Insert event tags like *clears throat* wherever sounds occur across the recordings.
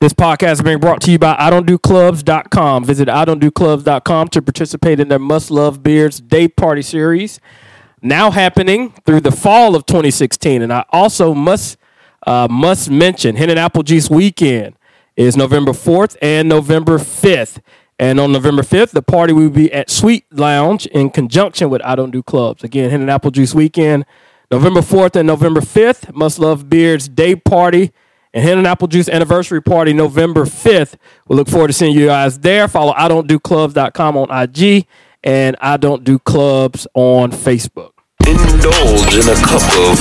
This podcast is being brought to you by I Don't Do Clubs.com. Visit I Don't Do Clubs.com to participate in their Must Love Beards Day Party Series, now happening through the fall of 2016. And I also must uh, must mention Hen and Apple Juice Weekend is November 4th and November 5th. And on November 5th, the party will be at Sweet Lounge in conjunction with I Don't Do Clubs. Again, Hen and Apple Juice Weekend, November 4th and November 5th, Must Love Beards Day Party and Hen and Apple Juice Anniversary Party November 5th. We look forward to seeing you guys there. Follow I Don't Do Clubs.com on IG and I Don't Do Clubs on Facebook. Indulge in a cup of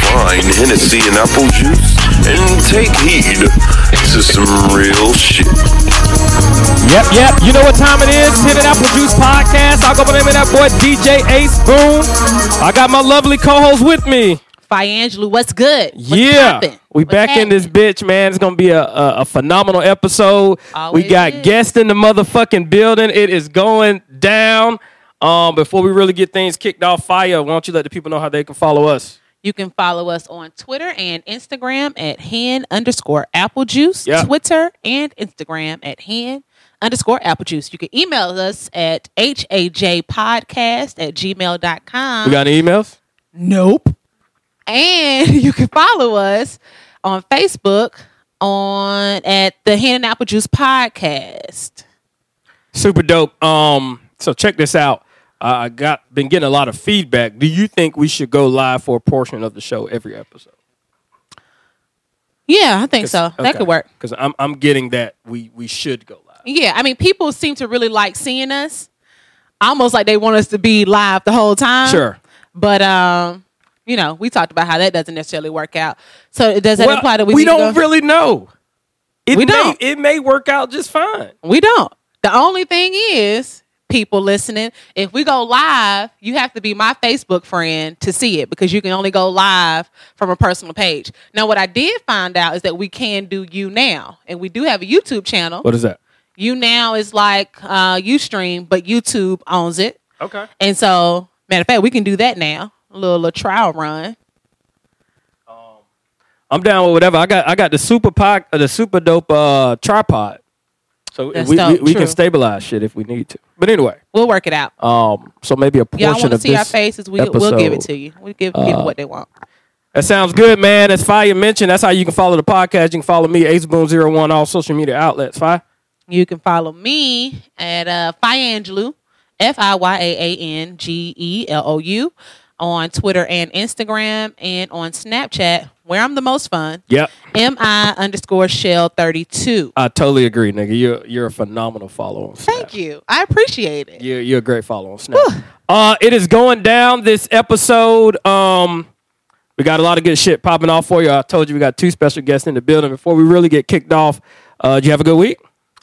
fine Hennessy and apple juice and take heed to some real shit. Yep, yep. You know what time it is? Hen and Apple Juice Podcast. I'll go by the name of that boy DJ Ace Boone. I got my lovely co-host with me. Fiangelo, what's good? What's yeah, poppin'? we What's back in this happenin'? bitch, man. It's gonna be a, a, a phenomenal episode. we Always got is. guests in the motherfucking building. It is going down. Um, before we really get things kicked off fire, why don't you let the people know how they can follow us? You can follow us on Twitter and Instagram at hand underscore apple juice. Yeah. Twitter and Instagram at hand underscore apple juice. You can email us at hajpodcast at gmail.com. We got any emails? nope. And *laughs* you can follow us on Facebook on at the Hand and Apple Juice Podcast. Super dope. Um, so check this out. I I got been getting a lot of feedback. Do you think we should go live for a portion of the show every episode? Yeah, I think so. That could work. Because I'm I'm getting that we we should go live. Yeah, I mean, people seem to really like seeing us, almost like they want us to be live the whole time. Sure. but um, you know, we talked about how that doesn't necessarily work out. So does that Well, imply that we, we need to don't go- really know. It We may, don't. It may work out just fine. we don't. The only thing is, people listening, if we go live, you have to be my Facebook friend to see it because you can only go live from a personal page. Now, what I did find out is that we can do you now, and we do have a YouTube channel. What is that? You now is like uh, UStream, but YouTube owns it. Okay. And so, matter of fact, we can do that now. A little, little trial run. I'm down with whatever. I got I got the super pod, uh, the super dope uh, tripod. So That's we, we, dope, we can true. stabilize shit if we need to. But anyway, We'll work it out. um, so maybe a portion Y'all want to of see this our faces? We, we'll give episode. uh, it to you. We give people what they want. That sounds good, man. As Fire mentioned, that's how you can follow the podcast. You can follow me, AceBoom01, all social media outlets. Fire. You can follow me at uh, Fiangelu, F I Y A A N G E L O U, on Twitter and Instagram, and on Snapchat, where I'm the most fun. Yep. M I underscore shell 32. I totally agree, nigga. You're you're a phenomenal follower on Snap. Thank you. I appreciate it. You're, you're a great follow on Snap. uh, it is going down this episode. Um, we got a lot of good shit popping off for you. I told you we got two special guests in the building. Before we really get kicked off, uh, did you have a good week?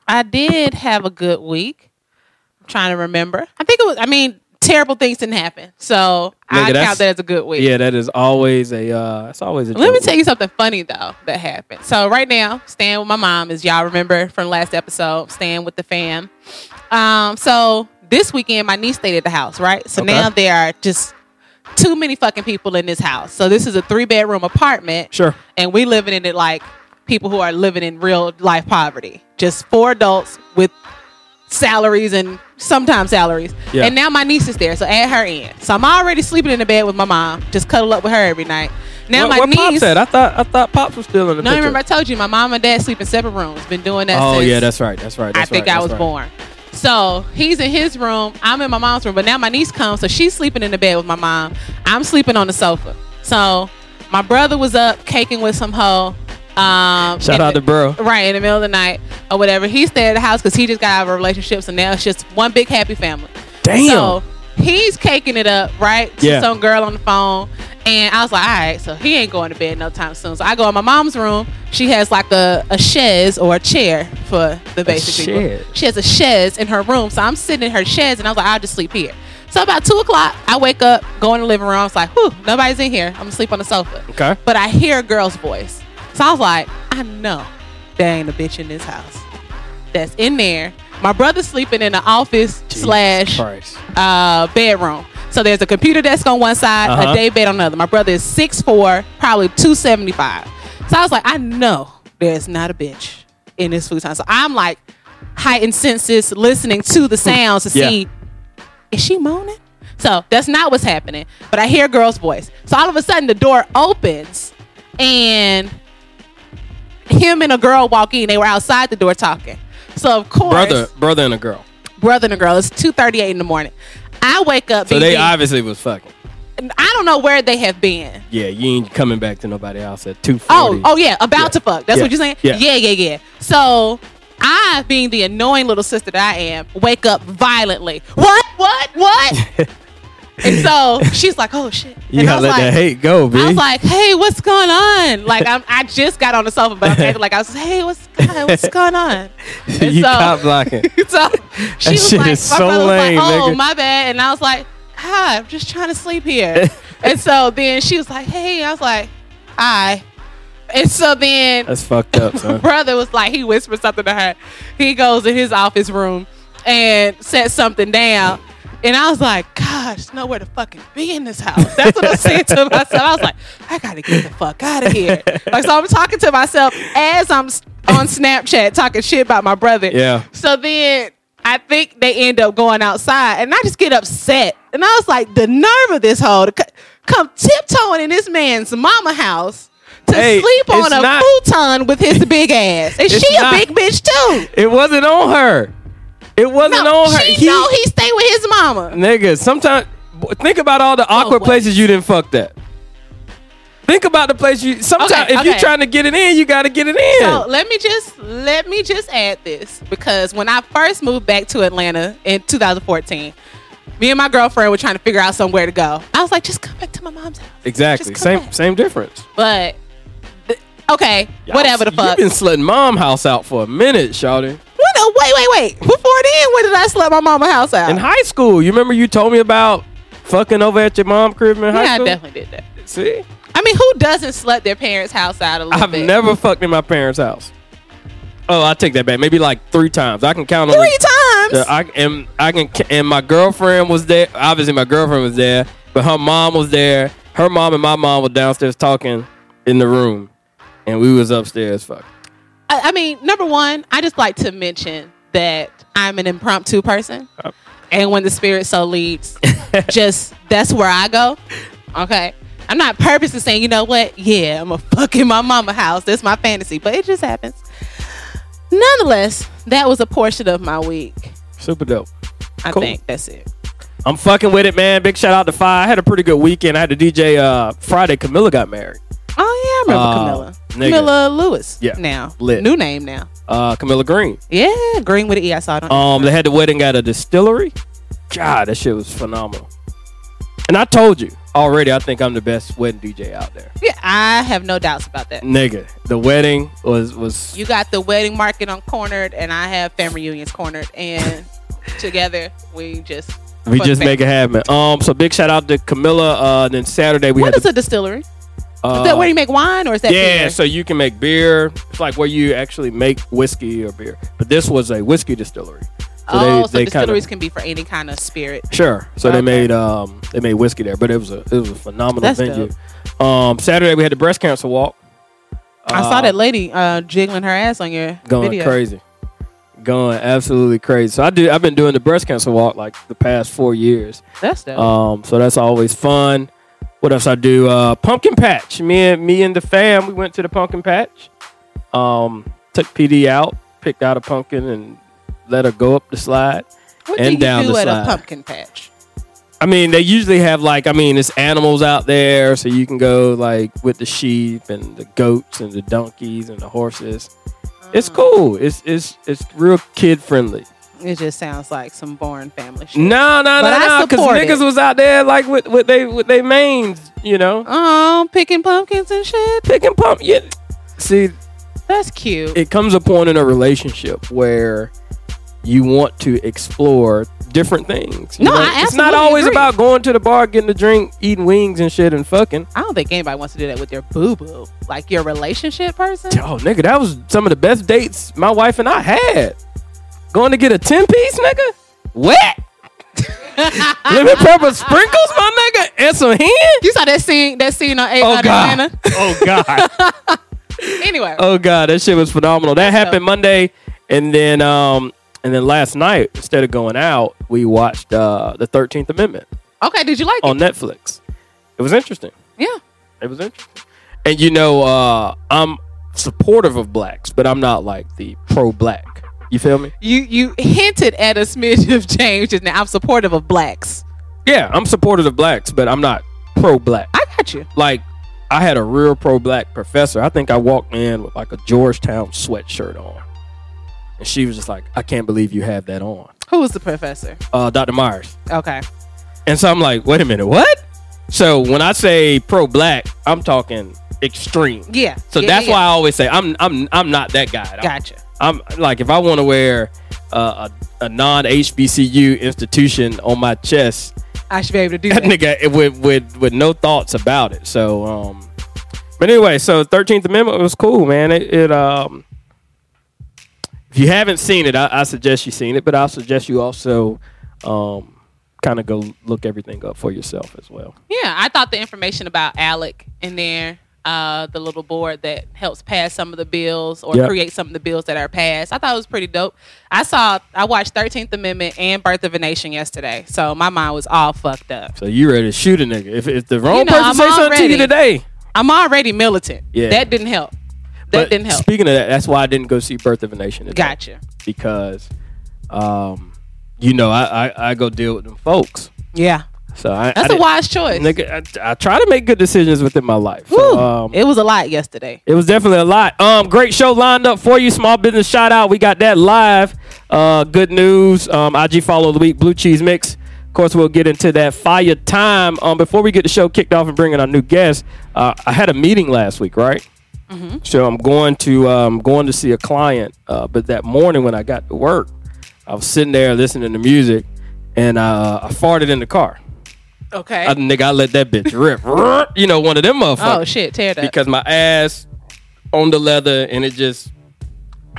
I did have a good week. I'm trying to remember. I think it was. I mean, terrible things didn't happen, so Nigga, I that's- count that as a good week. Yeah, that is always a. Uh, it's always a. Let me joke. tell you something funny though that happened. So right now, staying with my mom is y'all remember from last episode, staying with the fam. Um, so this weekend my niece stayed at the house, right? So Okay. now there are just too many fucking people in this house. So this is a three bedroom apartment. Sure. And we living in it like people who are living in real life poverty. Just four adults with salaries and sometimes salaries. Yeah. And now my niece is there, so add her in. So I'm already sleeping in the bed with my mom, just cuddle up with her every night. Now Where- my where niece Pops at? I thought I thought Pops was still in the no, I picture. remember I told you my mom and dad sleep in separate rooms. Been doing that oh since yeah, that's right. That's right. I That's think right, I that's was right. born. So he's in his room. I'm in my mom's room. But now my niece comes, so she's sleeping in the bed with my mom. I'm sleeping on the sofa. So my brother was up caking with some hoe. Um, Shout in out the- to bro. Right in the middle of the night or whatever. He stayed at the house because he just got out of a relationship, so now it's just one big happy family. Damn. So he's caking it up, right? To Yeah. some girl on the phone. And I was like, all right, so he ain't going to bed no time soon. So I go in my mom's room. She has like a, a chaise or a chair for Oh, the basic chaise. people. She has a chaise in her room. So I'm sitting in her chaise and I was like, I'll just sleep here. So about two o'clock, I wake up, go in the living room. I was like, whew, nobody's in here. I'm gonna sleep on the sofa. Okay. But I hear a girl's voice. So I was like, I know there ain't a bitch in this house that's in there. My brother's sleeping in the office slash Christ. uh, bedroom. So there's a computer desk on one side, Uh-huh. a day bed on the other. My brother is 6'4, probably 275. So I was like, I know there's not a bitch in this food time. So I'm like heightened senses listening to the sounds to Hmm. Yeah. see is she moaning? So that's not what's happening. But I hear a girl's voice. So all of a sudden the door opens and him and a girl walk in. They were outside the door talking. So of course brother, brother, and a girl. brother and a girl. It's two thirty eight in the morning. I wake up. So they BB. obviously was fucking. I don't know where they have been. Yeah, you ain't coming back to nobody else at two Oh, forty. oh yeah, about to fuck. That's Yeah. what you're saying. Yeah. yeah, yeah, yeah. So I, being the annoying little sister that I am, wake up violently. What? What? *laughs* What? and so she's like, "Oh shit!" And *laughs* you I gotta was let like, that hate go, I B. was like, "Hey, what's going on?" Like I'm, I just got on the sofa, but I'm acting like I was, "Hey, what's *laughs* God, what's going on?" *laughs* *laughs* And you so- cop blocking. so she was shit like, my is so brother was lame, like, oh, nigga." my bad. And I was like, hi, I'm just trying to *laughs* sleep here. and so then she was like, hey, I was like, hi. And so then That's fucked up, my *laughs* son. brother was like, he whispered something to her. He goes in his office room and sets something down. And I was like, gosh, there's nowhere to fucking be in this house. That's what I said *laughs* to myself. I was like, I gotta get the fuck out of here. Like, so I'm talking to myself as I'm s- on Snapchat talking shit about my brother. Yeah. So then I think they end up going outside, and I just get upset. And I was like, the nerve of this hoe to c- come tiptoeing in this man's mama house to Hey, sleep on it's a not- futon with his big ass. And It's she not- a big bitch too. It wasn't on her. It wasn't No, on her. she know he stay with his mama. Nigga, sometimes think about all the awkward what? places you didn't fuck that. Think about the place you. Sometimes Okay, if you're okay. trying to get it in, you got to get it in. So let me just let me just add this because when I first moved back to Atlanta in 2014, me and my girlfriend were trying to figure out somewhere to go. I was like, just come back to my mom's house. exactly. Just Same come back. same difference. But th- okay, whatever the fuck. You've been slutting mom house out for a minute, Shawty. When the- wait, wait, wait. Before then, when did I slap my mama house out? In high school, you remember you told me about fucking over at your mom crib in high yeah, I school. definitely did that. See, I mean, who doesn't slut their parents' house out a little I've bit? never fucked in my parents' house. Oh, I take that back. Maybe like three times. I can count on three the- times. Yeah, I and I can and my girlfriend was there. Obviously, my girlfriend was there, but her mom was there. Her mom and my mom were downstairs talking in the room, and we was upstairs. Fuck. I, I mean, number one, I just like to mention that I'm an impromptu person, Oh. and when the spirit *laughs* so leads, just that's where I go. Okay, I'm not purposely saying, you know what? Yeah, I'm a fuck in my mama house. That's my fantasy, but it just happens. Nonetheless, that was a portion of my week. Super dope. I Cool. think that's it. I'm fucking with it, man. Big shout out to Fi. I had a pretty good weekend. I had to DJ uh, Friday. Camilla got married. Oh yeah, I remember Uh, Camilla. nigga. Camilla Lewis. Yeah, Now. lit. New name now. Uh, Camilla Green. Yeah, green with an E. I saw it on Um, they had the wedding at a distillery. God, that shit was phenomenal. And I told you already. I think I'm the best wedding DJ out there, yeah, I have no doubts about that. nigga. The wedding was was You got the wedding market on cornered and I have family reunions cornered and together we just We fuck just back. make it happen. Um, so big shout out to Camilla. Uh, then Saturday we What had is the, a distillery? Is uh, that where you make wine or is that yeah, beer? so you can make beer. It's like where you actually make whiskey or beer, but this was a whiskey distillery. So oh, so they kinda- distilleries can be for any kind of spirit. Sure. So they Okay. made um they made whiskey there, but it was a it was a phenomenal That's venue. Um, Saturday we had the breast cancer walk. I Uh, saw that lady uh, jiggling her ass on your going video. crazy, going absolutely crazy. So I do I've been doing the breast cancer walk like the past four years. That's dope. Um, so that's always fun. What else I do? Uh, pumpkin patch. Me and me and the fam, we went to the pumpkin patch. Um, took PD out, picked out a pumpkin, and let her go up the slide. what and do you down do the at slide. a pumpkin patch? I mean, they usually have like I mean, it's animals out there, so you can go like with the sheep and the goats and the donkeys and the horses. It's Uh-huh. cool. It's it's it's real kid friendly. It just sounds like some boring family shit. No, no, But no, I no, because support it. niggas was out there like with with they with they manes, you know. Oh, picking pumpkins and shit. pick and pump. Yeah. See, That's cute. it comes a point in a relationship where you want to explore different things. you No, I it's not absolutely always agree. about going to the bar, getting a drink, eating wings and shit and fucking. I don't think anybody wants to do that with their boo boo, like your relationship person. Oh, nigga, that was some of the best dates my wife and I had. Going to get a 10 piece, nigga? *laughs* Wet. Lemon pepper sprinkles, my nigga, and some hen. You saw that scene, that scene on A Oh on god. Atlanta. Oh god. Anyway, Oh god, that shit was phenomenal. That That's happened dope. Monday, and then um, and then last night, instead of going out, we watched uh, the Thirteenth Amendment okay. Did you like on it? Netflix. It was interesting. Yeah. It was interesting. And you know, uh, I'm supportive of blacks, but I'm not like the pro black. You feel me? You you hinted at a smidge of change just now. I'm supportive of blacks. Yeah, I'm supportive of blacks, but I'm not pro black. I got you. Like, I had a real pro black professor. I think I walked in with like a Georgetown sweatshirt on. And she was just like, I can't believe you have that on. Who was the professor? Uh, Dr. Myers. Okay. And so I'm like, wait a minute, what? So when I say pro black, I'm talking extreme. Yeah. So Yeah, that's yeah, why I always say I'm I'm I'm not that guy. at all. yeah. Gotcha. I'm like if I want to wear uh, a a non HBCU institution on my chest, I should be able to *laughs* do that that. nigga it- with with with no thoughts about it. So um, but anyway, so Thirteenth Amendment was cool, man. It, it um, if you haven't seen it, I, I suggest you seen it, but I suggest you also um, kind of go look everything up for yourself as well. Yeah, I thought the information about Alec in there, uh, the little board that helps pass some of the bills or Yep. create some of the bills that are passed, I thought it was pretty dope. I saw, I watched Thirteenth Amendment and Birth of a Nation yesterday, so my mind was all fucked up. So you ready to shoot a nigga? If, if the wrong You know, person I'm say something to already- you today, I'm already militant. Yeah. that didn't help. That But didn't help. Speaking of that, that's why I didn't go see Birth of a Nation. Today, Gotcha. Because, um, you know, I, I, I go deal with them folks. Yeah, So I, that's I a wise choice. didn't- Nigga, I, I try to make good decisions within my life. So, Woo. um, it was a lot yesterday. it was definitely a lot. Um, great show lined up for you. Small business shout out. We got that live. Uh, good news. Um, IG follow of the week. Blue cheese mix. Of course, we'll get into that fire time. Um, before we get the show kicked off and bring in our new guest, uh, I had a meeting last week, right? So I'm going to um, going to see a client. Uh, but that morning when I got to work, I was sitting there listening to music, and uh, I farted in the car. Okay. I, nigga, I let that bitch rip. *laughs* you know, one of them motherfuckers oh shit, tear that. because my ass on the leather and it just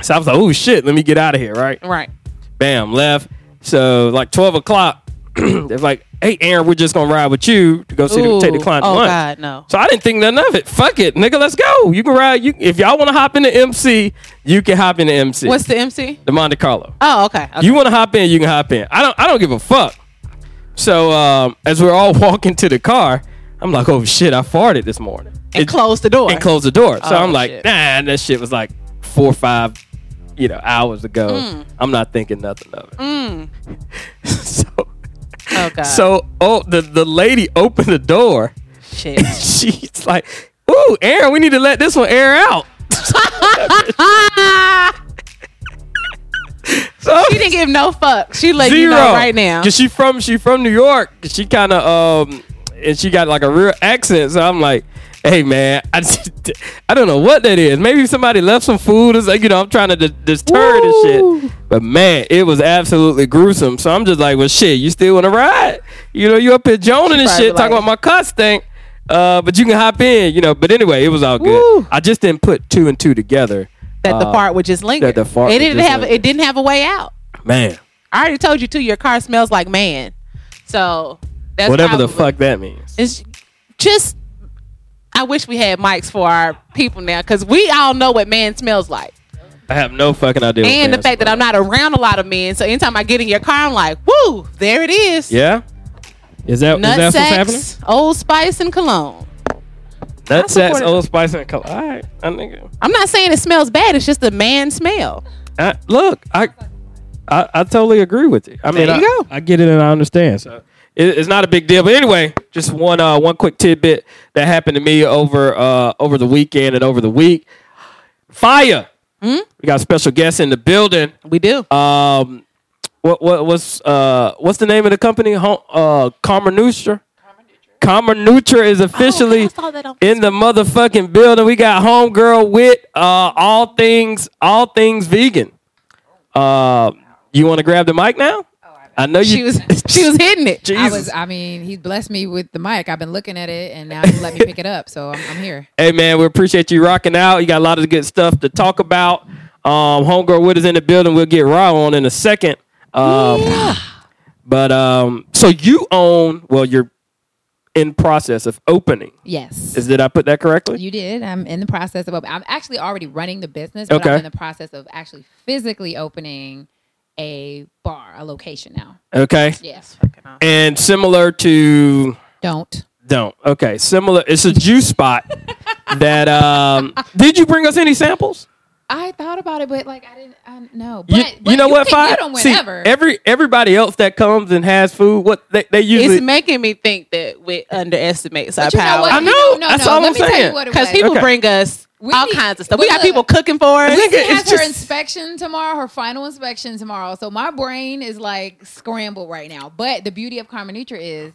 so I was like, oh shit, let me get out of here, right? right. Bam, left. So like twelve o'clock, *clears throat* they're like, hey Aaron, we're just gonna ride with you to go see the, take the Ooh. client to oh lunch. god, no. So I didn't think nothing of it. Fuck it, nigga, let's go. You can ride. You if y'all want to hop in the MC, you can hop in the MC. What's the MC? the Monte Carlo? Oh, okay. okay. You want to hop in, you can hop in. I don't I don't give a fuck. So um, as we're all *laughs* walking to the car, I'm like, oh shit, I farted this morning. and It- close the door. and close the door. So Oh, I'm like, shit. nah, that shit was like four or five, you know, hours ago. Mm. I'm not thinking nothing of it. *laughs* so, oh god. so oh, the the lady *laughs* opened the door. *laughs* shit. She's like, ooh, Aaron, we need to let this one air *laughs* out. *laughs* so She didn't give no fuck. *laughs* She let zero you know right now. Cause she from she from New York. She kind of um and she got like a real accent. So I'm like, hey man, I just, *laughs* I don't know what that is. Maybe somebody left some food. or like you know I'm trying to d- deter Woo. this shit. But man, it was absolutely gruesome. So I'm just like, well shit, you still want to ride? You know you up here joning and Probably shit talking like- about my cuss thing. Uh, but you can hop in, you know. But anyway, it was all good. Woo. I just didn't put two and two together. that the Uh, fart would just linger. that the fart it would didn't just have linger. it didn't have a way out. man, I already told you too. Your car smells like man. So that's whatever the probably- fuck that means. It's just. I wish we had mics for our people now because we all know what man smells like. I have no fucking idea. what and the fans fact that were. I'm not around a lot of men, so anytime I get in your car, I'm like, "Woo, there it is." Yeah. Is that Oh, is Nut that what's sacks, Old Spice, and cologne. happening? Nut sacks, support it. Old Spice, and color. All right, I nigga. I'm not saying it smells bad. It's just a man smell. I, look, I, I I totally agree with you. I mean, There you I, go. I get it and I understand. So it, it's not a big deal. But anyway, just one uh one quick tidbit that happened to me over uh over the weekend and over the week. Fire. We got a special guest in the building. Hmm? We do. Um, what what what's uh what's the name of the company? Home, uh, Karma Nutra. Karma Nutra is officially Oh, I saw that on in the motherfucking building. We got homegirl with uh, all things all things vegan. Uh, you want to grab the mic now? I know you. *laughs* she was she was hitting it. Jesus. I was. I mean, he blessed me with the mic. I've been looking at it, and now he let me pick it up. So I'm, I'm here. Hey man, we appreciate you rocking out. You got a lot of good stuff to talk about. Um, homegirl with us in the building. We'll get raw on in a second. Um, But um, so you own well, you're in process of opening. Yes. Is did I put that correctly? You did. I'm in the process of. op- I'm actually already running the business, but Okay. I'm in the process of actually physically opening a bar, a location now. Okay. Yes. And similar to Don't. don't. Okay. Similar it's a juice *laughs* spot that um did you bring us any samples? I thought about it, but like I didn't. I know. But You, but you know what, can Fi? get 'em See, whenever. every everybody else that comes and has food, what they, they usually It's making me think that we underestimate our But you know power. what? I You know, No, that's no. all Let I'm me tell saying. you what it Because was. people Okay. bring us We all need- kinds of stuff. well, we got look. people cooking for us. Look Lucy at- has it's her just- inspection tomorrow, her final inspection tomorrow. So my brain is like scrambled right now. But the beauty of Karma Nutra is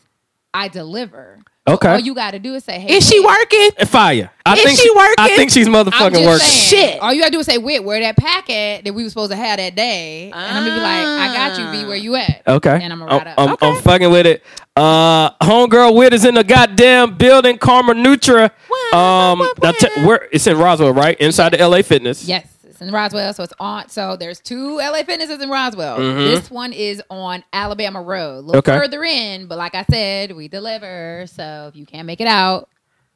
I deliver. So Okay. all you got to do is say, "Hey, Is she Whit." working? Uh, fire. I Is think she I working? think she's I'm motherfucking just working. saying, Shit. All you gotta do is say, "Wit, where that pack at that we were supposed to have that day?" And I'm gonna be like, "I got you, V. Where you at?" Okay. And I'm gonna ride up. I'm, I'm fucking with it. Uh, homegirl Wit is in the goddamn building, Karma Nutra. Um, now te- where it's in Roswell, right? Inside the LA Fitness. Yes, it's in Roswell, so it's on. So there's two LA Fitnesses in Roswell. This one is on Alabama Road, a little Okay. further in. But like I said, we deliver. So if you can't make it out,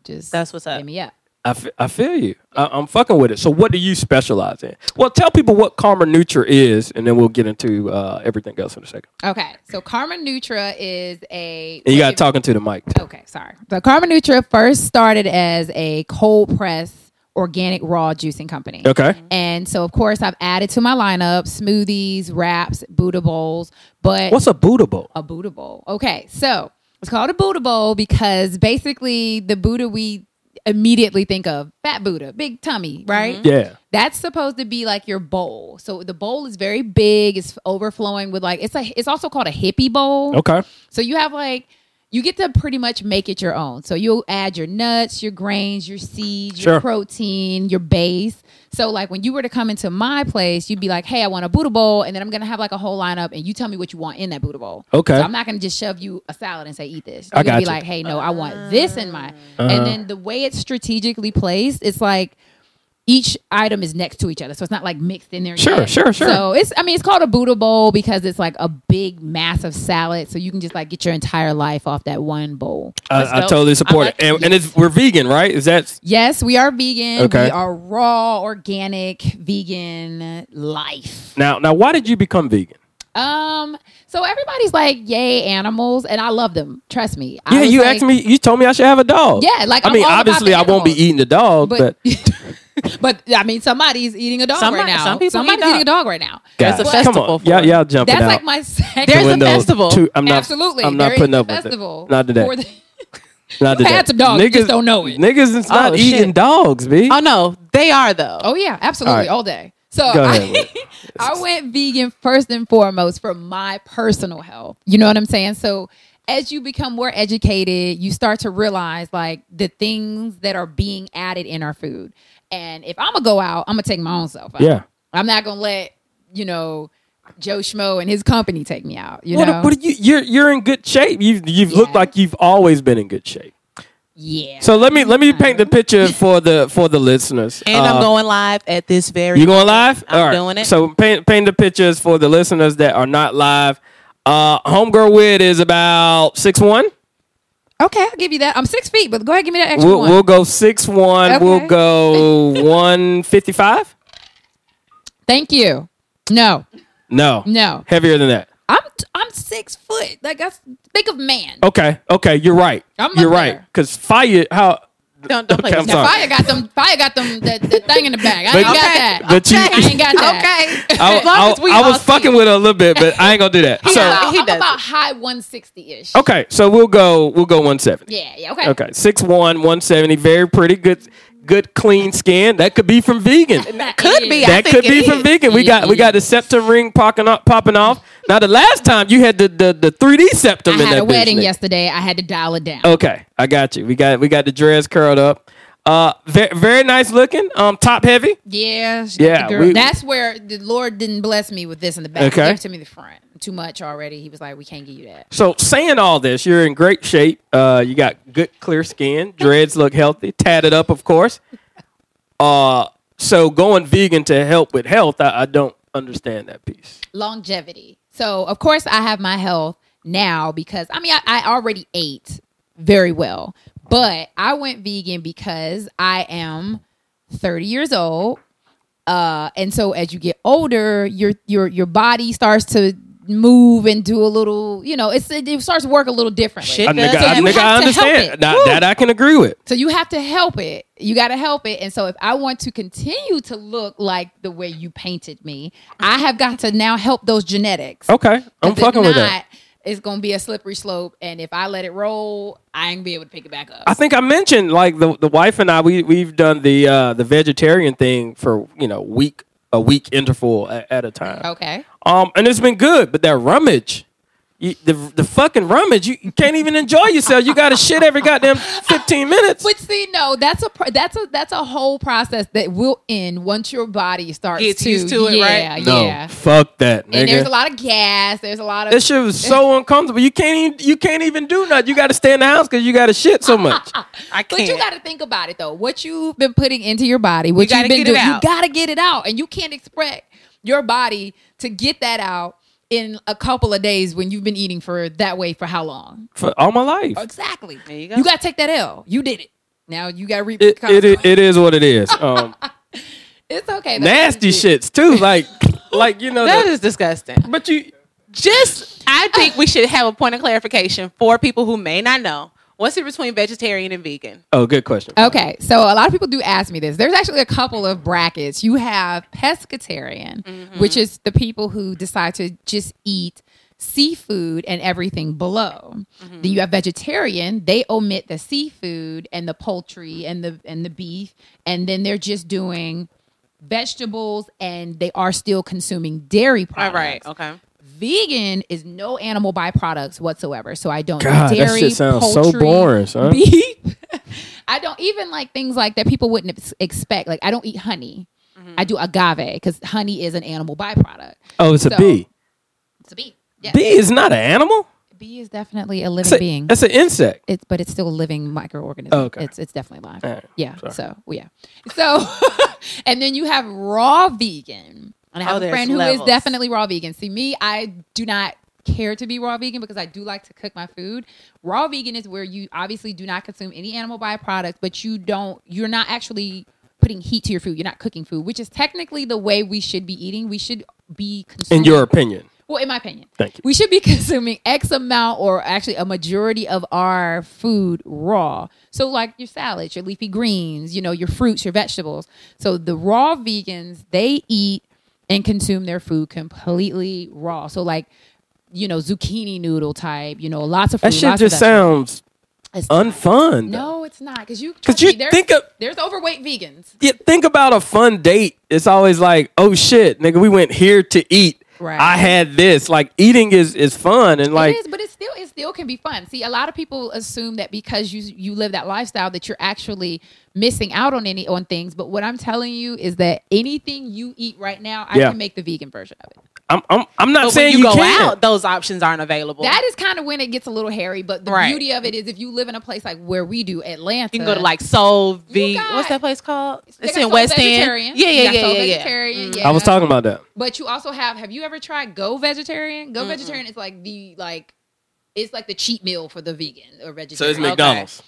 just That's what's up. Hit me up. I, f- I feel you. I, I'm fucking with it. So, what do you specialize in? Well, tell people what Karma Nutra is, and then we'll get into uh, everything else in a second. Okay, so Karma Nutra is a. And you got to talking to the mic. too. Okay, sorry. So Karma Nutra first started as a cold press organic raw juicing company. Okay. And so, of course, I've added to my lineup smoothies, wraps, Buddha bowls. But What's a Buddha bowl? a Buddha bowl? Okay, so it's called a Buddha bowl because basically the Buddha we immediately think of fat Buddha, big tummy, right? Mm-hmm. Yeah. That's supposed to be like your bowl. So the bowl is very big. It's overflowing with like it's a. It's also called a hippie bowl. Okay. So you have like you get to pretty much make it your own. So you'll add your nuts, your grains, your seeds, Sure. your protein, your base. So like when you were to come into my place, you'd be like, "Hey, I want a Buddha bowl," and then I'm gonna have like a whole lineup, and you tell me what you want in that Buddha bowl. Okay. So I'm not gonna just shove you a salad and say, "Eat this." I Uh-huh. You're gonna got be you. like, "Hey, no, I want this in my." And then the way it's strategically placed, it's like each item is next to each other, so it's not like mixed in there. Sure, yet. sure, sure. So it's I mean it's called a Buddha bowl because it's like a big massive salad, so you can just like get your entire life off that one bowl. Uh, I, I totally support it. And, and it's, we're vegan, right? Is that Yes, we are vegan. Okay. We are raw, organic, vegan life. now? Now, why did you become vegan? Um, so everybody's like, "Yay, animals!" and I love them. Trust me. I Yeah, was you like- asked me. You told me I should have a dog. Yeah, like, I I'm mean, all about obviously, the I won't be animals. eating the dog, *laughs* but, but, *laughs* but I mean, somebody's eating a dog Somebody- right now. some people eat somebody's dog. eating a dog right now. There's a Guys, Come festival on, for y'all, it. y'all jumping That's out. like my *laughs* second. There's a Window festival. two- I'm not, Absolutely. I'm not There is putting a up with it. festival Not today. for the- Not You've today. had some dogs, you just don't know it. Niggas is not Oh, shit. eating dogs, b. Oh no, they are though. Oh yeah, absolutely, All right. all day. So Go ahead, I, *laughs* I went vegan first and foremost for my personal health. You know what I'm saying? So as you become more educated, you start to realize like the things that are being added in our food. And if I'm gonna go out, I'm gonna take my own self out. Yeah. I'm not gonna let you know Joe Schmo and his company take me out. You what, know? what are you? You're you're in good shape. You you've looked Yeah. like you've always been in good shape. yeah. So let me let me paint the picture for the for the listeners. And Uh, I'm going live at this very. You going live? I'm All right. doing it. So paint paint the pictures for the listeners that are not live. Uh, homegirl wid is about six one. okay, I'll give you that. I'm six feet, but go ahead, give me that extra We'll, one. we'll go six one. We'll Okay. go one fifty five. Thank you. No, No, no. heavier than that. I'm I'm six foot. Like I s- think of man. Okay, okay, you're right. I'm up you're right. there. Cause fire, how? Don't, don't play Okay, with I'm sorry. me. Now, fire got them. Fire got them. The, the thing in the bag. I But- ain't got Okay. that. But you- I ain't got that. Okay. I, As long I, as we I all was see fucking it. with her a little bit, but I ain't gonna do *laughs* that. So So Yeah. he I'm does about it. high 160 *laughs* ish. okay, so we'll go we'll go one seventy. Yeah. Yeah. Okay. Okay, six one, one seventy, very pretty, good, good, clean skin. That could be from vegan. That could is- be. I That think could it be from is. vegan. We got we got the septum ring popping off, popping off. Now the last time you had the the, the 3D I septum in had that a wedding bitch, nigga. yesterday. I had to dial it down. Okay, I got you. We got we got the dreads curled up. Uh, very, very nice looking. Um, top heavy. Yeah. she Yeah, got the girl. we- That's where the Lord didn't bless me with this in the back. Okay. He gave it to me the front. Too much already. He was like, we can't give you that. So saying all this, you're in great shape. Uh, you got good clear skin. Dreads look healthy, tatted up, of course. Uh, so going vegan to help with health, I, I don't understand that piece. longevity. So, of course, I have my health now because I mean, I, I already ate very well. But I went vegan because I am 30 years old. Uh, and so as you get older, your your your body starts to move and do a little, you know, it's it, starts to work a little differently. Shit. I, It does. Uh, nigga, I, So you nigga, I have to help understand it. that, that I can agree with. So you have to help it. You got to help it. And so if I want to continue to look like the way you painted me, I have got to now help those genetics. Okay, I'm 'Cause if fucking with that. not, It's gonna be a slippery slope, and if I let it roll, I ain't gonna be able to pick it back up. I think I mentioned like the the wife and I we we've done the uh, the vegetarian thing for you know week a week interval at, at a time. okay. Um, and it's been good, but that rummage, you, the the fucking rummage, you, you can't even enjoy yourself. You got to shit every goddamn fifteen minutes. But see, no, that's a pro- that's a that's a whole process that will end once your body starts Gets to used to it, yeah, right? no, Yeah. fuck that, And there's a nigga. lot of gas. There's a lot of That shit was *laughs* so uncomfortable. You can't even you can't even do nothing. You got to stay in the house because you got to shit so *laughs* much. I But can't. you got to think about it though. What you've been putting into your body, what you gotta have been get it doing, you out. got to get it out, and you can't expect your body to get that out in a couple of days when you've been eating for that way for how long? For all my life, Exactly. There you go. got to take that L. You did it. Now you got to reap. it, the it, consequences. it is what it is. Um, It's okay. *laughs* though. nasty shits too, *laughs* like like you know. that the- is disgusting. But you, Just, I think we should have a point of clarification for people who may not know. What's it between vegetarian and vegan? oh, good question. Okay, so a lot of people do ask me this. There's actually a couple of brackets. You have pescatarian, Mm-hmm. which is the people who decide to just eat seafood and everything below. Mm-hmm. Then you have vegetarian, they omit the seafood and the poultry and the and the beef and then they're just doing vegetables and they are still consuming dairy All products. right. Okay. Vegan is no animal byproducts whatsoever. So I don't eat God, that dairy, shit sounds so poultry, boring, son. beef. I don't even like things like that people wouldn't ex- expect. Like I don't eat honey. I do agave because honey is an animal byproduct. Oh, it's a So- bee. It's a bee. Yeah. Bee is not an animal. Bee is definitely a It's living a- being. That's an insect. It's but it's still a living microorganism. Oh, okay. It's it's definitely alive. All right. Yeah. Sorry. So yeah. *laughs* So *laughs* and then you have raw vegan. And I Oh, have a there's friend who is levels. definitely raw vegan. See me, I do not care to be raw vegan because I do like to cook my food. Raw vegan is where you obviously do not consume any animal byproducts, but you don't you're not actually putting heat to your food. You're not cooking food, which is technically the way we should be eating. We should be consuming In your opinion, well, in my opinion, Thank you. We should be *laughs* consuming X amount, or actually a majority of our food raw. So, like your salads, your leafy greens, you know, your fruits, your vegetables. So the raw vegans they eat and consume their food completely raw. So like, you know, zucchini noodle type. You know, lots of food. that shit lots of just vegetables. sounds It's not. unfun. though. No, it's not because you 'Cause trust you me, there's, think of- there's overweight vegans. Yeah, think about a fun date. It's always like, oh shit, nigga, we went here to eat. Right. I had this. Like eating is is fun and like it is, but it still it still can be fun. See, a lot of people assume that because you you live that lifestyle that you're actually missing out on any on things. But what I'm telling you is that anything you eat right now, I Yeah. can make the vegan version of it. I'm I'm I'm not But saying when you, you, go can't. out, those options aren't available. That is kind of when it gets a little hairy. But the Right. beauty of it is if you live in a place like where we do, Atlanta, you can go to like Soul V. You got- What's that place called? they It's got in Soul West Vegetarian. End. Yeah, You yeah, got yeah, Soul yeah, yeah. Vegetarian, I was yeah. talking about that. But you also have have you ever tried Go Vegetarian? Go Vegetarian is like the like it's like the cheat meal for the vegan or vegetarian. So it's Okay. McDonald's.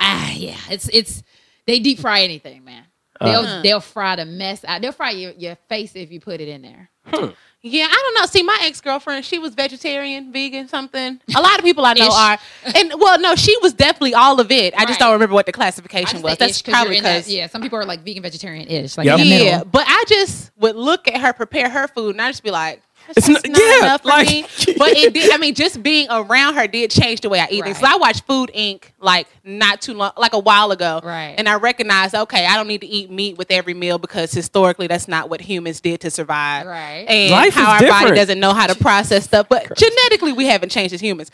Ah, yeah. It's it's they deep fry anything, man. Uh-huh. They'll Uh. they'll fry the mess out. They'll fry your, your face if you put it in there. Hmm. Yeah, I don't know. See, my ex girlfriend, she was vegetarian, vegan, something. A lot of people I know Ish. are, and well, no, she was definitely all of it. I Right. just don't remember what the I classification just was. say That's ish 'cause probably you're in that- because yeah, some people are like vegan vegetarian ish, like Yep. in the Yeah, middle. but I just would look at her prepare her food, and I just be like, It's "It's not- not, yeah, enough for like- me." *laughs* But it did. I mean, just being around her did change the way I eat things. 'Cause Right. I watched Food Inc. like not too long, like a while ago, Right. And I recognized, okay, I don't need to eat meat with every meal because historically that's not what humans did to survive, Right. And Life is how our different. body doesn't know how to process stuff, but genetically we haven't changed as humans.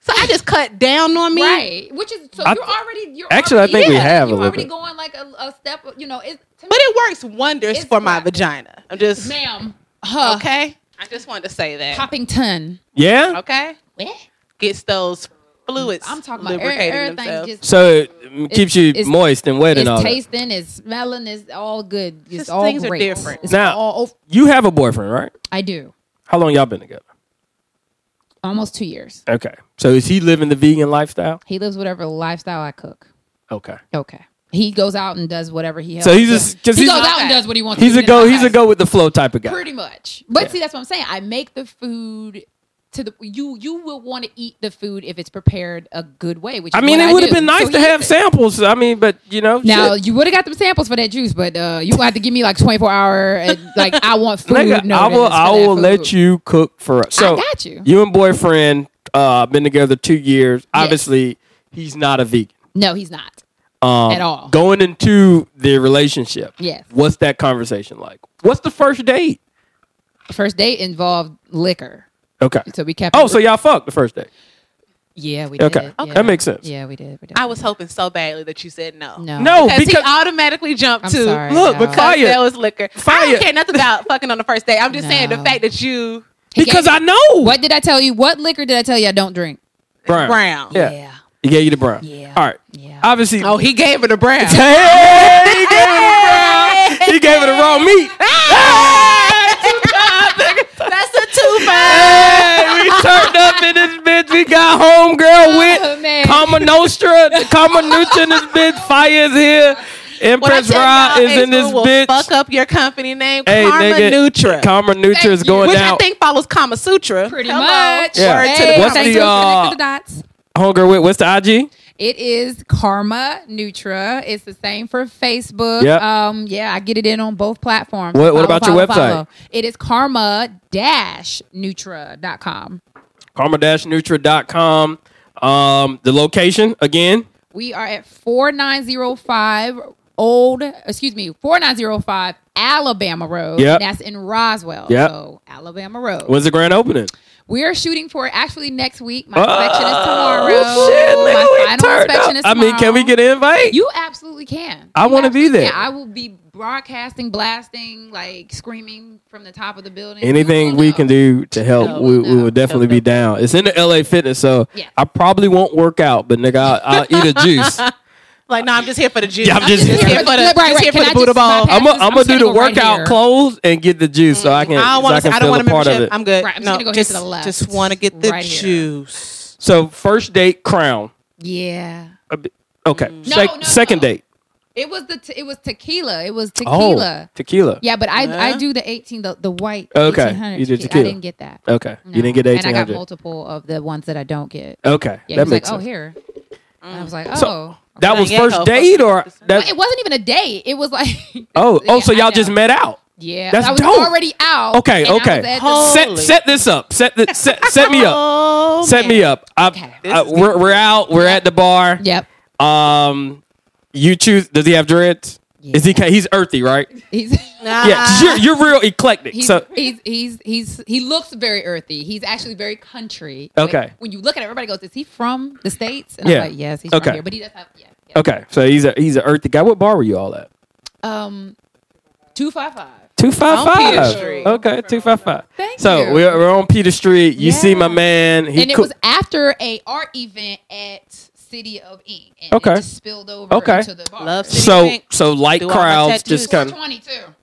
So I just cut down on me. Right, which is so I you're th- already you're Actually, I already- think we yeah, have a you're little already bit. going like a, a step. You know, it's to But it works wonders It's for my right. vagina. I'm just me, ma'am. Huh. okay. I just wanted to say that. Poppington. Yeah. Okay. What? Gets those fluids. I'm talking about every- lubricating everything. themselves. Just So it mm, keeps you it's- moist and wet and all it's that. tasting, it's smelling, it's all good. It's Just all things are great. different. It's Now- all, oh, You have a boyfriend, right? I do. How long y'all been together? almost two years. Okay. So is he living the vegan lifestyle? He lives whatever lifestyle I cook. Okay. Okay. He goes out and does whatever he has. So he's just because he he's goes out and Okay. does what he wants. he's to a do. go he's a Okay. go with the flow type of guy. Pretty much. But see, that's what I'm saying. I make the food to the you. You will want to eat the food if it's prepared a good way. Which I is mean, what it would have do. been So nice he to eats have it. samples. I mean, but you know, Now Oh, shit. you would have got them samples for that juice, but uh, you gonna have to give me like 24 hour. And, like I want food. *laughs* Nigga, I will I will let you cook for us. So got you. You and boyfriend uh been together two years. Obviously, he's not a vegan. No, he's not Um, at all. Going into the relationship. Yes. What's that conversation like? What's the first date? First date involved liquor, Okay. so we kept. Oh, so y'all fucked the first date. yeah, we did. Okay. yeah. That makes sense. Yeah, we did. We did. I was hoping so badly that you said no. no, No, Because he because automatically jumped I'm to sorry. look, no. because- because Fire. there was liquor. I Fire. don't care *laughs* nothing about fucking on the first date. I'm just saying the No. fact that you He because gave- I know What did I tell you? What liquor did I tell you I don't drink? brown. brown. Yeah. yeah. He gave you the brown. Yeah. All right. Yeah. Obviously. Oh, he gave her the brown. *laughs* Hey, he gave it a brown. He gave it a raw *laughs* meat. That's a two Hey, we turned up in this bitch. We got homegirl Oh, with man. Kama *laughs* Nostra, Kama Nutra in this bitch. Fire is here. When I Empress tell Ra y'all, is in Facebook this will bitch. Fuck up your company name, Hey, Karma nigga, Nutra, Kama Nutra is Thank you. going which I out. think follows Kama Sutra. Pretty Hello. much. Yeah. Word to Hey, the What's the, thanks Kama for Sutra. uh, connecting the dots. Homegirl with what's the IG? It is Karma Nutra. It's the same for Facebook. Yep. Um, yeah, I get it in on both platforms. What- what about your website? It is karma dash nutra.com. Karma-Nutra.com. Um, the location again. We are at 4905 Old, excuse me, 4905 Alabama Road. Yep. That's in Roswell. Yep. So, Alabama Road. When's the grand opening? We are shooting for it actually next week. My inspection is Oh, tomorrow. Shit, nigga, we My final turned inspection is up. I tomorrow. mean, can we get an invite? You absolutely can. I You wanna be absolutely there. can. I will be broadcasting, blasting, like screaming from the top of the building. Anything You we will can know. do to help, No, we, we no, will definitely be down. It's in the LA Fitness, so Yeah. I probably won't work out, but nigga, I'll, I'll *laughs* eat a *laughs* juice. Like, no, I'm just here for the juice. Yeah, I'm just here for the- just right, right. here for Can the I Buddha just ball. bypass- I'm gonna I'm I'm do the standing right workout here. clothes and get the juice, so I can. I don't so I can want to. I don't feel want a a part of membership. it. I'm good. Right, I'm just no, gonna go here just, to the left. Just want to get the Right here. juice. So first date crown. Yeah. A bit- Okay. No, Sec- Mm. no, second no. date. It was the te- it was tequila. It was Oh, tequila. tequila. Yeah, but I I Yeah. do the eighteen the, the white. Okay. 1800 You did tequila. tequila. I didn't get that. Okay. No. You didn't get And I eighteen got hundred. multiple of the ones that I don't get. Okay. Yeah, he that was like, makes oh sense. here. And I was like, oh. So that Okay. was Yeah, first go. date or But that? it wasn't even a date. It was like *laughs* Oh, oh. So Yeah, I y'all just know. met out. Yeah, That's I was dope. already out. Okay, and I was okay. at the- Hold- Set Holy. set this up. Set the, set set me *laughs* up. Oh, Set me up. I, Okay. I, we're, we're out. We're at the bar. Yep. Um, you choose. Does he have dreads? Is he? Yeah. He's earthy, right? He's *laughs* Yeah. 'cause you're, you're real eclectic. he's, So he's he's he's he looks very earthy. He's actually very country. Okay. When, when you look at it, everybody goes, "Is he from the states?" And Yeah. I'm like, "Yes, he's Okay. from here." But he does have yeah. yeah. okay. So he's a he's an earthy guy. What bar were you all at? Um, two five five. Two five On Peter five. Street. Okay, two five five. Thank so you. we're, we're on Peter Street. You see Yeah. my man. He and it cook- was after a art event at City of Ink. And Okay. It just spilled over Okay. into the bar. Eh. Love City. so Drink. so light Do all my crowds just kind tattoos. of twenty two.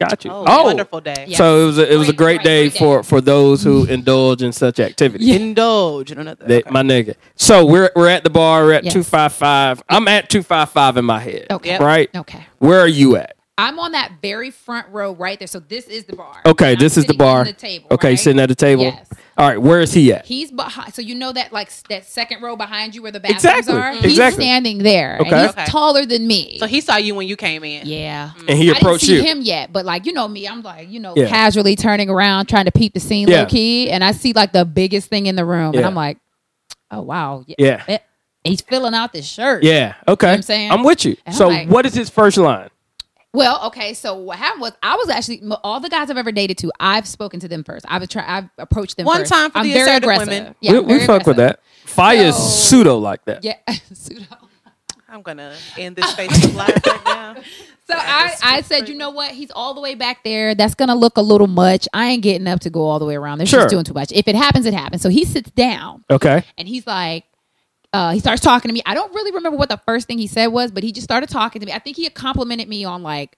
got you. Oh, Oh, wonderful day. Yeah. so it was a, it was a great Great, day great, great for day. for those who indulge in such activities. Indulge in another. That, okay. My nigga. So we're we're at the bar. We're at Yes. two five five. I'm at two five five in my head. Okay. Yep. Right. Okay. Where are you at? I'm on that very front row right there. So this is the bar. Okay. And I'm this is the sitting bar. on table, okay. right? Sitting at the table. Yes. All right. Where is he at? He's behind, so you know that like s- that second row behind you where the bathrooms Exactly. are. Mhm. He's Exactly. standing there. Okay. And he's Okay. Mm-hmm. taller than me. So he saw you when you came in. Mm. yeah. and he I didn't approached see you. him yet, but like you know me, I'm like you know Yeah. casually turning around trying to peep the scene Yeah. low key, and I see like the biggest thing in the room, Yeah. and I'm like, oh wow, Yeah. Eh, he's filling out this shirt. Yeah. Okay. what I'm saying? I'm with you. And I'm so like- what is his first line? Well, okay. So what happened was I was actually m- all the guys I've ever dated to. I've spoken to them first. I've tried. I've approached them One first. time for I'm the very assertive aggressive. women. Yeah, we I'm we very fuck with aggressive. that. Fire So- is pseudo like that. Yeah, *laughs* pseudo. I'm gonna end this Facebook live right now. *laughs* So I, I said, you know what? He's all the way back there. That's gonna look a little much. I ain't getting up to go all the way around. They're Sure. just doing too much. If it happens, it happens. So he sits down Okay. and he's like, uh, he starts talking to me. I don't really remember what the first thing he said was, but he just started talking to me. I think he had complimented me on like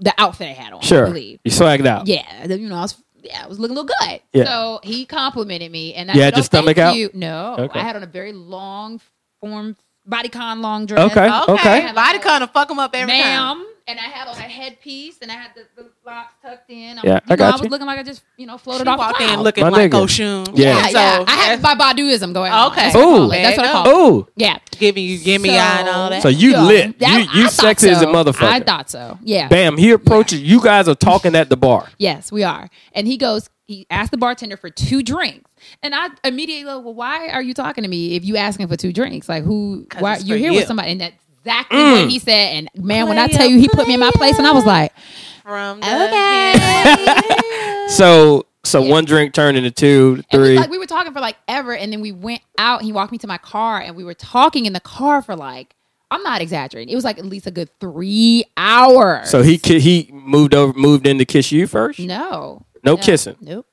the outfit I had on. I Sure. believe. You swagged out. Yeah, the- you know, I was yeah, I was looking a little good. Yeah. So he complimented me, and I You said, had your "Oh, stomach thank out?" you." No, Okay. I had on a very long form bodycon long dress. Okay. Okay. Okay. Body kind of fuck them up every time. ma'am. And I had on a headpiece, and I had the, the locks tucked in. I'm, Yeah, I you know, got I was you. looking like I just, you know, She floated off. a walked in cloud. My looking like nigga. Oshun. Yeah. Yeah, So yeah. I had that's my Baduism going on. Okay. That's what I call Ooh. it. That's what I call it. Oh, Yeah. giving you, give me So- eye and all that. so you Yeah. lit. That- you you I thought sexy as a so. motherfucker. I thought so. Yeah. Bam, he approaches. You guys are talking at the bar. Yes, we are. And he goes, he asked the bartender for two drinks. And I immediately go, well, why are you talking to me if you asking for two drinks? Like who, 'Cause why it's you're for here you. with somebody. And that's exactly Mm. what he said. And man, when I Player, tell you, he put me in my place and I was like, From the okay. So so one drink turned into two, It was three. like we were talking for like ever, and then we went out. He walked me to my car, and we were talking in the car for like I'm not exaggerating. It was like at least a good three hours. so he ki- he moved over moved in to kiss you first. no, No kissing. Nope.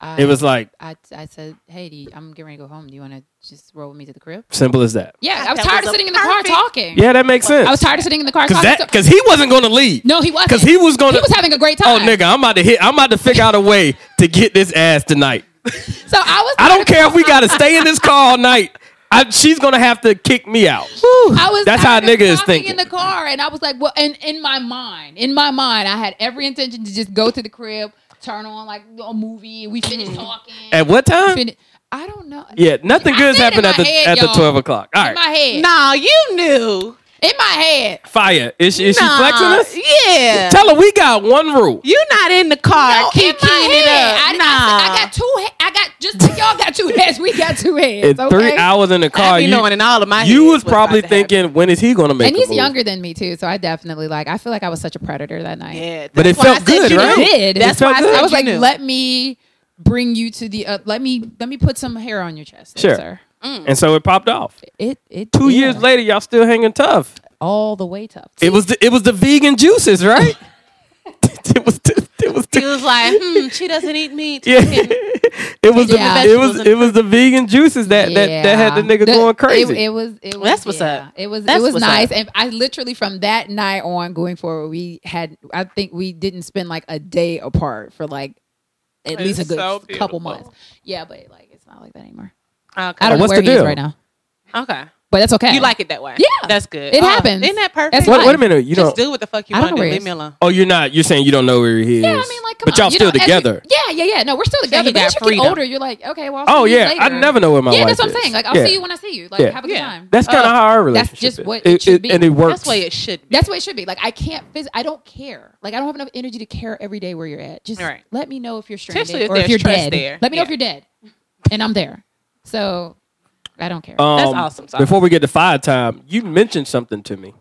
I, It was like I I said, hey, do you, I'm getting ready to go home. Do you want to just roll with me to the crib? simple as that. Yeah, God, I was that tired of was a sitting in the car perfect- talking. Yeah, that makes sense. I was tired of sitting in the car Cause talking. that so- because he wasn't gonna leave. no, he wasn't. Cause he was gonna. he was having a great oh time. nigga, I'm about to hit. I'm about to figure out a way to get this ass tonight. So I I was. tired don't of- care if we gotta stay in *laughs* this car all night. I, she's gonna have to kick me out. I was That's tired how a of nigga is talking thinking. in the car, and I was like, well, and in my mind, in my mind, I had every intention to just go to the crib, turn on like a movie, and we finished Mm-hmm. talking. At what We time? finished- I don't know. Yeah, nothing I good's said in happened at my the head, at the y'all. twelve o'clock. All in my right, head, Nah, you knew. in my head. fire. Is, is nah, she flexing us? Yeah. Tell her we got one rule. you not in the car No, in kicking my it head. up. I, I- nah. I, got two. He- I got just *laughs* like y'all got two heads. We got *laughs* two heads. In three okay? hours in the I car, be knowing you, in all of my you heads was what's probably about to happen. thinking, when is he gonna make? And a he's move? younger than me too, so I definitely like. I feel like I was such a predator that night. Yeah, But that's it why I felt said good, you right? knew. Did. That's It why felt I good. said I was you like, knew. let me bring you to the. Uh, let me let me put some hair on your chest, Sure. there, sir. and so it popped off. Mm. It it Two yeah. years later, y'all still hanging tough. all the way tough. It was the, it was the vegan juices, right? it was the, it was He the, was like, hmm, she doesn't eat meat. yeah. it was the Yeah. it was it was the vegan juices that that, that had the Yeah. nigga going crazy. It, it was it was That's what's yeah. up. It was That's it was what's nice, up. and I literally from that night on going forward, we had I think we didn't spend like a day apart for like at least a It's good so beautiful. couple months. Yeah, but like it's not like that anymore. I Okay. don't what's know the where he is deal? right now, okay. but that's okay. You like it that way. Yeah. That's good. It Oh, happens. Isn't that perfect? That's wait, fine. wait a minute, you Just don't. do what the fuck you I don't want to do. know Leave me where alone. oh, you're not. You're saying you don't know where he is. Yeah, I mean, like, come but on. y'all You still know, as you- together. yeah, yeah, yeah. No, we're still together. you But got as you freedom. get older, you're like, okay, well. I'll oh see you yeah, I later. never know where my yeah, wife that's what I'm is. saying. Like, I'll Yeah. see you when I see you. Like, Yeah. have a good Yeah. time. That's kind of Uh, how our that's relationship. just is. what it should be. and it works. That's the way it should be. That's what it should be. Like I can't. Phys- I don't care. Like I don't have enough energy to care every day where you're at. Just Right. let me know if you're stranded Especially if or if there's you're stress dead. there. Let me know if Yeah. you're dead, and I'm there. So I don't care. Um, That's awesome, Sasha. Before we get to five time, you mentioned something to me.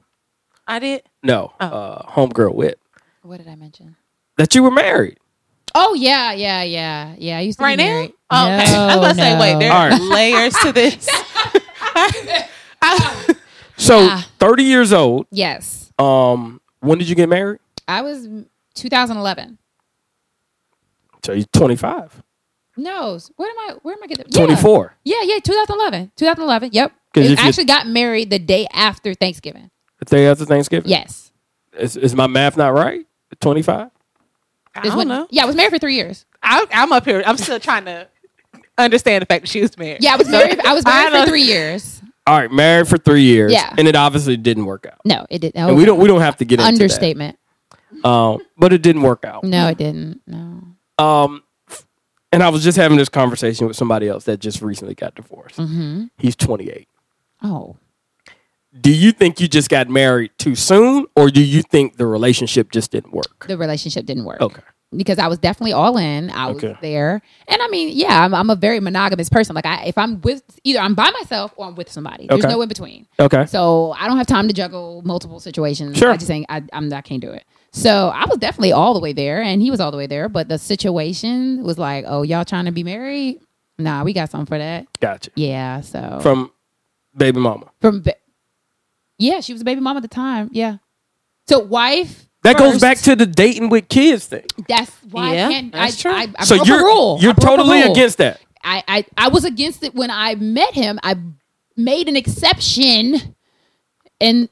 I did. No, Oh. uh, homegirl wit what did I mention? that you were married. Oh yeah, yeah, yeah, yeah. I used to Right be now? married. Oh, okay. I was about to say, wait, there no. All are right. layers *laughs* to this. I- So Yeah. thirty years old. Ah. Yes, Um, when did you get married? I was 2011. So you're twenty five. No, where am I? Where am I getting? Yeah. 24. Yeah, yeah. 2011. 2011. Yep. 'Cause if It you- actually got married the day after Thanksgiving. The day after Thanksgiving? Yes. Is, is my math not right? 25? I Is don't when- know. Yeah, I was married for three years. I, I'm up here. I'm still trying to understand the fact that she was married. Yeah, I was married. I was married don't- for three years. All right, married for three years. Yeah. And it obviously didn't work out. No, it didn't. And we don't we don't have to get into understatement. that. Um, but it didn't work out. Oh. No, it didn't. No. Um, and I was just having this conversation with somebody else that just recently got divorced. Mm-hmm. He's 28. Oh, Do you think you just got married too soon, or do you think the relationship just didn't work? the relationship didn't work. Okay. Because I was definitely all in. I was Okay. there, and I mean, yeah, I'm, I'm a very monogamous person. Like, I if I'm with either I'm by myself or I'm with somebody. There's Okay. no in between. Okay. So I don't have time to juggle multiple situations. Sure. I just think I, I'm I can't do it. So I was definitely all the way there, and he was all the way there. But the situation was like, oh, y'all trying to be married? Nah, we got something for that. Gotcha. Yeah. So From baby mama. from ba- yeah she was a baby mom at the time yeah so wife That goes first. back to the dating with kids thing. that's why Yeah, I can't that's I, true. I, I so broke you're a rule. I you're broke a totally rule. against that. I, I I was against it when I met him I made an exception and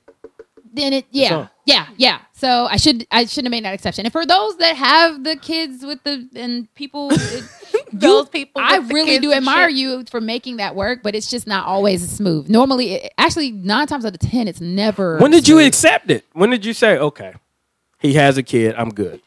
then it yeah all. yeah yeah So I should I shouldn't have made that exception. And for those that have the kids with the and *laughs* people, it- Those people I with the really kids do and admire shit. you for making that work. But it's just not always smooth. Normally, it, actually, nine times out of ten, it's never. When did you smooth. accept it? When did you say, okay, he has a kid, I'm good?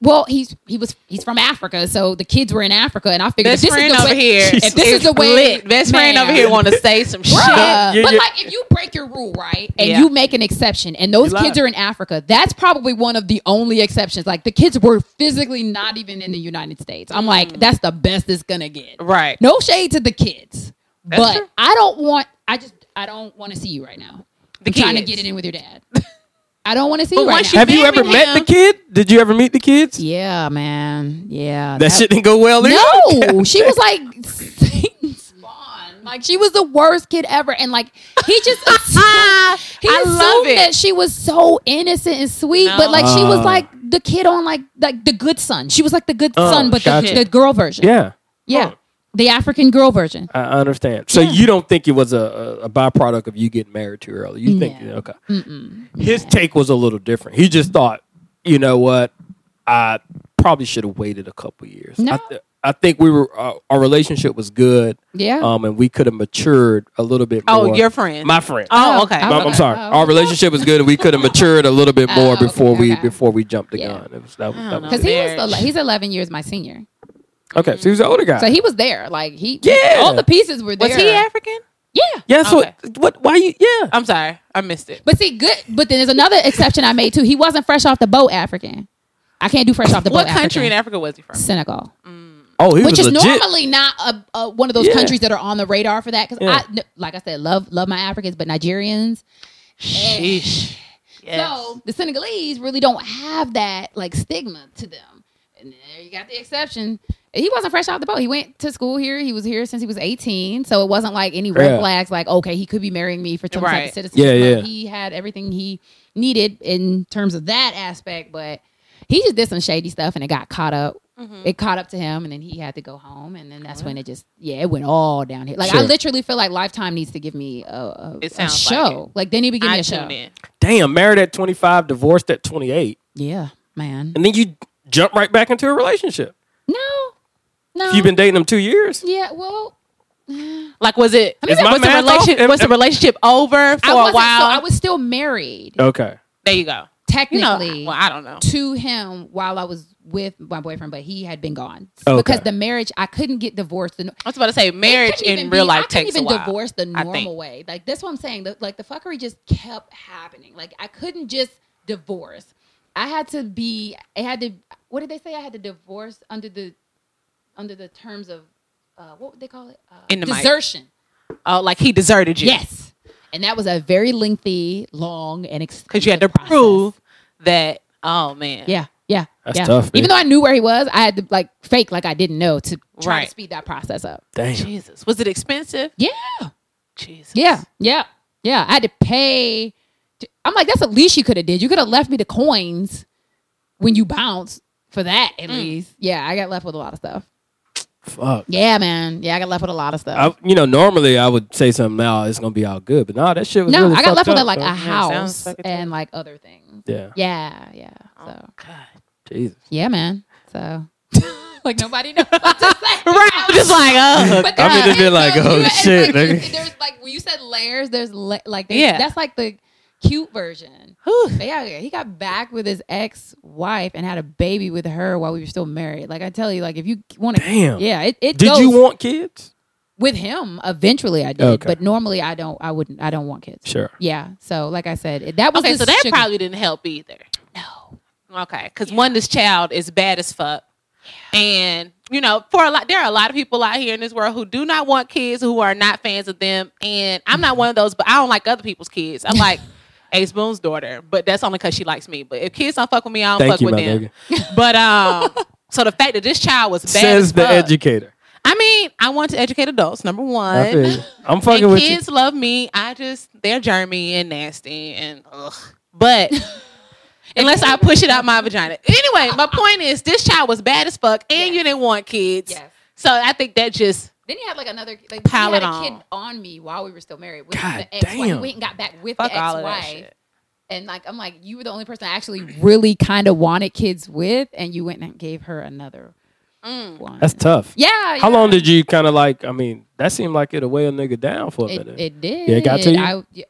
Well, he's he was he's from Africa, so the kids were in Africa, and I figured Best if this friend is the over way, here. If this is the way, lit. Best friend man. over here want to say some shit. Bruh. Yeah, but yeah. like if you break your rule right and Yeah. you make an exception and those You kids lied. are in africa that's probably one of the only exceptions like the kids were physically not even in the united states i'm like that's the best it's gonna get Mm. Right. no shade to the kids That's but true. i don't want i just i don't want to see you right now The i'm trying to kids. get it in with your dad i don't want to see But you right once now Have you ever married met the him. kid? Did you ever meet the kids? yeah man yeah That shit didn't go well either. *laughs* No, she was *laughs* like *laughs* Satan's spawn. Like she was the worst kid ever, and like he *laughs* just assumed, he I love assumed it. that she was so innocent and sweet, but like she Uh. was like the kid on like like the good son. She was like the good Oh, son, but gotcha. the, the girl version. Yeah, Oh. yeah, the African girl version. I I understand. So you don't think it was a, a, a byproduct of you getting married too early? You think No. okay? His take was a little different. He just thought, you know what, I probably should have waited a couple years. I, No. th- I think we were our, our relationship was good. Yeah. um, and we could have matured a little bit. Oh, more. your friend. my friend. Oh, okay. Oh, I'm, I'm okay. sorry. Oh. Our relationship was good, and we could have matured a little bit more Oh, okay, before we okay. before we jumped the Yeah. Oh. gun. It was, that was, I that was don't know. it. Because he was Marriage. ele- he's eleven years my senior, okay. So he was an older guy. so he was there. Like he, Yeah. all the pieces were there. Was he African? Yeah, yeah. So Okay. what? Why you? Yeah. I'm sorry, I missed it. But see, good. But then there's another exception I made too. He wasn't fresh off the boat African. I can't do fresh off the What boat. country in African. Africa was he from? Senegal, Oh, he which was is legit. normally not a, a, one of those Yeah. countries that are on the radar for that. Because Yeah. I, like I said, love love my Africans, but Nigerians. eh. Sheesh. Yes. So the Senegalese really don't have that like stigma to them. And there you got the exception. He wasn't fresh off the boat. He went to school here. He was here since he was 18. So it wasn't like any red Yeah. flags like, okay, he could be marrying me for some type Right. of citizenship. Yeah, Like, yeah. He had everything he needed in terms of that aspect, but he just did some shady stuff and it got caught up. Mm-hmm. It caught up to him and then he had to go home. And then that's when it just, yeah, it went all down here. Like I Sure. literally feel like Lifetime needs to give me a, a, It a sounds like show. Like, they need to give me I a show. tune in. Damn, married at 25, divorced at 28, Yeah, man. and then you jump right back into a relationship. No, no. If You've been dating him two years. yeah. Well, Like, was it? mean, Is my was the math off? relationship? Am- Was the am- relationship over for I a wasn't. while? So I was still married Okay. there you go. You know, technically well, I don't know. to him while I was with my boyfriend, but he had been gone Okay. because the marriage. I couldn't get divorced. The, I was about to say marriage in real life I couldn't takes even a while. divorce the I think. normal way. Like that's what I'm saying. The, like the fuckery just kept happening. Like I couldn't just divorce. I had to be. I had to. What did they say? I had to divorce under the under the terms of uh, what would they call it? Uh, In the mic. desertion. Oh, like he deserted you. Yes. And that was a very lengthy, long, and extensive because you had to process. prove that. Oh man. Yeah, yeah, That's yeah. tough, man. Even though I knew where he was, I had to like fake like I didn't know to try Right. to speed that process up. Damn. Jesus, was it expensive? Yeah, Jesus. yeah, yeah, yeah. I had to pay. To, I'm like, that's the least you could have did. You could have left me the coins when you bounced for that Mm. at least. Yeah, I got left with a lot of stuff. Fuck. Yeah, man. Yeah, I got left with a lot of stuff. I, you know, normally I would say something. Now it's gonna be all good, but nah, that shit was no, really I got fucked left with up, like so- a sounds house like it did. and like other things. Yeah. Yeah, yeah. So. God. Jesus. Yeah, man. So like nobody knows. What *laughs* to say. Right. I'm just like, *laughs* oh, But I mean, the- they'd be *laughs* like, so "Oh, you- it's shit, Like, nigga." There's like when you said layers, there's la- like they, Yeah. that's like the cute version. whew. But yeah, yeah, he got back with his ex wife and had a baby with her while we were still married. Like I tell you, like if you want to, Damn. yeah, it, it Did goes you want kids? with him. Eventually, I did, Okay. but normally I don't. I wouldn't. I don't want kids. Sure. Yeah. So like I said, it- that was okay, the so that sugar- probably didn't help either. no. Okay, because one, this child is bad as fuck, and you know, for a lot, there are a lot of people out here in this world who do not want kids, who are not fans of them, and I'm Mm-hmm. not one of those. But I don't like other people's kids. *laughs* I'm like Ace Boone's daughter, but that's only because she likes me. But if kids don't fuck with me, I don't Thank fuck you, with my them. But *laughs* um, so the fact that this child was bad Says as the fuck. educator. I mean, I want to educate adults. Number I feel one, you. I'm fucking and with you. kids love me. I just they're germy and nasty and ugh. *laughs* But unless I push it out my vagina. Anyway, my point is this child was bad as fuck and you didn't want kids. Yes. So I think that just Then he had like another like Pile he it had a on. kid on me while we were still married. With God the ex-wife. damn. We went and got back with fuck the all of that ex-wife shit. And like I'm like, you were the only person I actually really kind of wanted kids with, and you went and gave her another one. That's tough. yeah. How yeah. long did you kind of like? I mean, that seemed like it'll weigh a nigga down for a it, minute. it did? Yeah, it got to you? I, yeah.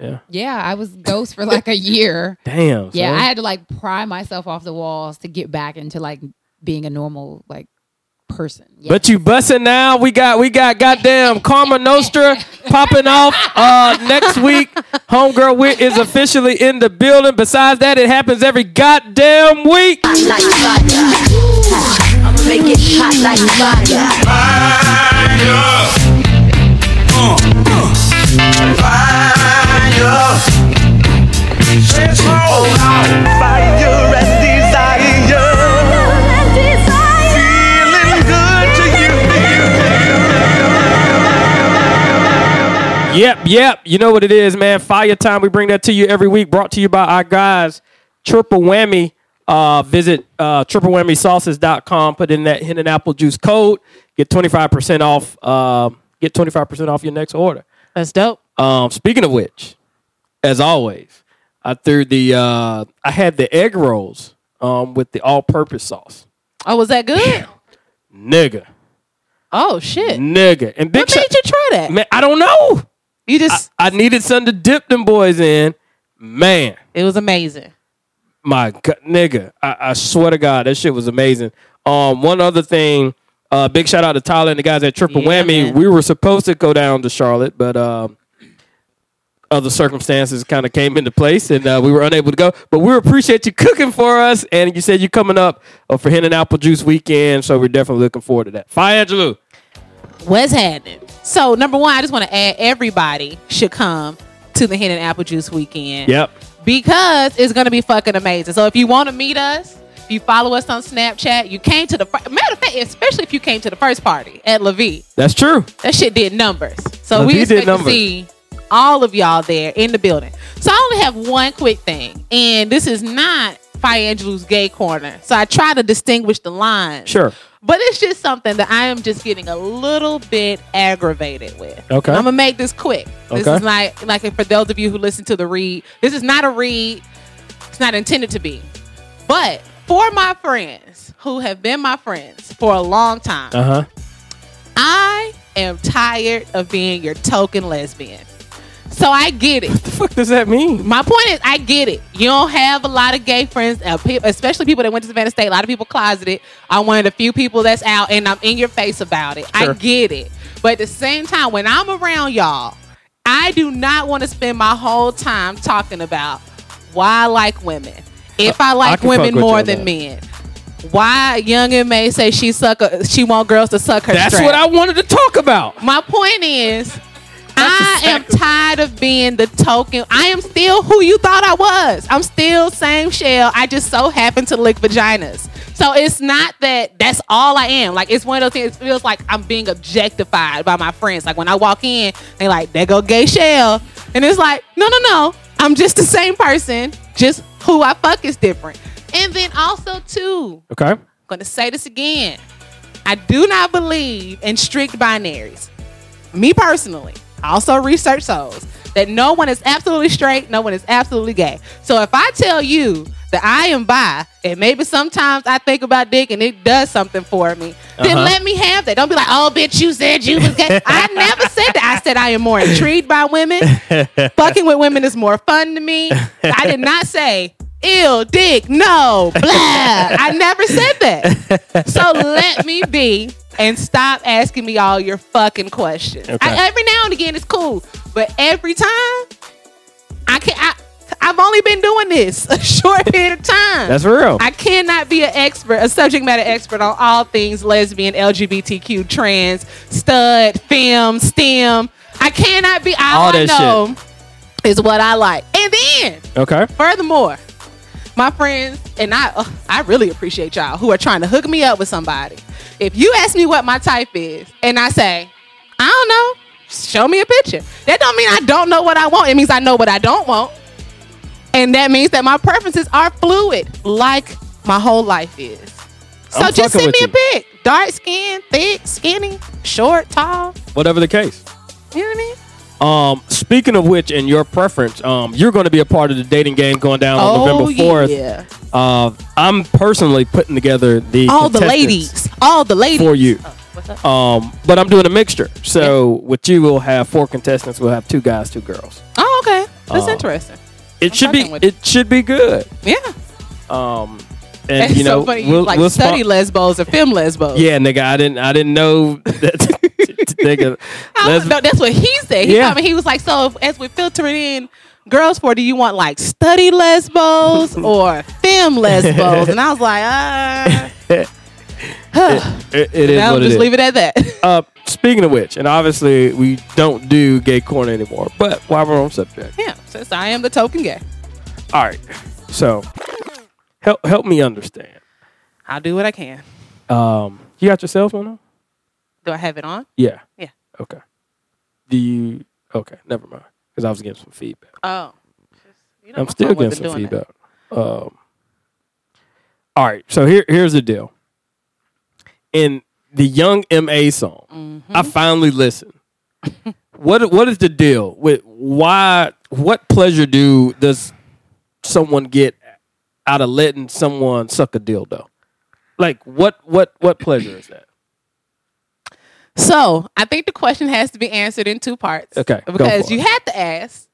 Yeah. Yeah, I was ghost for like a year. Damn. Yeah, son. I had to like pry myself off the walls to get back into like being a normal like person. Yeah. But you busting now. We got we got goddamn Karma Nostra popping off uh, next week. Homegirl Wit is officially in the building. Besides that, it happens every goddamn week. like fire. I'ma make it hot like fire. Fire and desire, feeling good to Yep, yep. You know what it is, man. Fire time. We bring that to you every week. Brought to you by our guys. Triple whammy. Uh, visit uh, triplewhammysauces.com. Put in that hen and apple juice code. Get twenty five percent off. Uh, get twenty five percent off your next order. That's dope. Um, speaking of which, as always, I threw the uh, I had the egg rolls um, with the all-purpose sauce, Oh, was that good? nigga, Oh shit. nigga, and big What made shot. you try that? Man, I don't know. You just I needed something to dip them boys in. Man, it was amazing. my God, nigga, I, I swear to God, that shit was amazing. Um, one other thing, uh, big shout out to Tyler and the guys at Triple Yeah, Whammy. man. We were supposed to go down to Charlotte, but um, other circumstances kind of came into place, and uh, we were unable to go. But we appreciate you cooking for us, and you said you're coming up uh, for Hen and Apple Juice weekend, so we're definitely looking forward to that. Fire Angelou. What's happening? So number one, I just want to add everybody should come to the Hen and Apple Juice weekend. Yep. Because it's gonna be fucking amazing. So if you want to meet us, if you follow us on Snapchat, you came to the fir- matter of fact, especially if you came to the first party at Levy, That's true. that shit did numbers. So Levee we did expect to numbers. see all of y'all there in the building. So I only have one quick thing, and this is not Fire Angelou's gay corner. So I try to distinguish the lines. Sure. But it's just something that I am just getting a little bit aggravated with. Okay. I'm gonna make this quick. This Okay. is not like for those of you who listen to the read, this is not a read. It's not intended to be. But for my friends who have been my friends for a long time, Uh huh. I am tired of being your token lesbian. So I get it. The fuck does that mean? My point is, I get it. You don't have a lot of gay friends, uh, pe- especially people that went to Savannah State. A lot of people closeted. I'm one of the few people that's out, and I'm in your face about it. Sure. I get it. But at the same time, when I'm around y'all, I do not want to spend my whole time talking about why I like women. If I I like can fuck women with you more on than that. men. Why young and May say she suck a, she want girls to suck her That's strap. what I wanted to talk about. My point is, I am tired of being the token. I am still who you thought I was. I'm still same shell. I just so happen to lick vaginas. So it's not that that's all I am. Like it's one of those things. It feels like I'm being objectified by my friends. Like when I walk in, they like, "There go gay shell," and it's like, no, no, no. I'm just the same person. Just who I fuck is different. And then also too, Okay. going to say this again. I do not believe in strict binaries. Me personally, I also research those that no one is absolutely straight, no one is absolutely gay. So if I tell you that I am bi, and maybe sometimes I think about dick and it does something for me, then Uh-huh. let me have that. Don't be like, oh, bitch, you said you was gay. I never said that. I said I am more intrigued by women. *laughs* Fucking with women is more fun to me. I did not say, ill dick, no, blah. I never said that. So let me be and stop asking me all your fucking questions. Okay. I, every now and again, it's cool, but every time I can't. I, I've only been doing this *laughs* a short period of time. That's real. I cannot be an expert, a subject matter expert on all things lesbian, LGBTQ, trans, stud, fem, STEM. I cannot be. All, All I that know is what I like. And then okay. Furthermore, my friends and I, ugh, I really appreciate y'all who are trying to hook me up with somebody. If you ask me what my type is, and I say, I don't know, show me a picture. That don't mean I don't know what I want. It means I know what I don't want, and that means that my preferences are fluid, like my whole life is. So I'm just fucking send me with a pic: dark skin, thick, skinny, short, tall. Whatever the case. You know what I mean? Um, speaking of which, and your preference, um, you're going to be a part of the dating game going down on Oh, November 4th. yeah. Uh, I'm personally putting together the All the contestants ladies. All the ladies. Oh, for you. Um, but I'm doing a mixture. So with you, we'll have four contestants. We'll have two guys, two girls. Oh, okay. That's Oh. interesting. It should be fucking with it should be good. Yeah. Um, and That's you know so funny. you we'll, like we'll spon- study lesbos or film lesbos. Yeah, nigga, I didn't I didn't know that. nigga, *laughs* I let's- don't know. That's what he said. He Yeah. told me he was like, so if, as we're filtering in girls for, do you want like *laughs* study lesbos or femme lesbos? And I was like, uh, *laughs* *laughs* it- it is I'll what it just is. leave it at that. *laughs* Uh, speaking of which, and obviously we don't do gay corner anymore, but while we're on subject, yeah, since I am the token gay, all right. So help help me understand. I'll do what I can. Um, you got your cell phone on? Do I have it on? Yeah. Yeah. Okay. Do you? Okay, never mind. Because I was getting some feedback. Oh. You know, I'm my still phone getting wasn't some doing that. feedback. Um, all right. So here here's the deal. In the Young Ma song, Mm-hmm. I finally listened. what what is the deal with why? What pleasure do does someone get out of letting someone suck a dildo? Like what what what pleasure is that? So I think the question has to be answered in two parts. Okay, go Because for you it. had to ask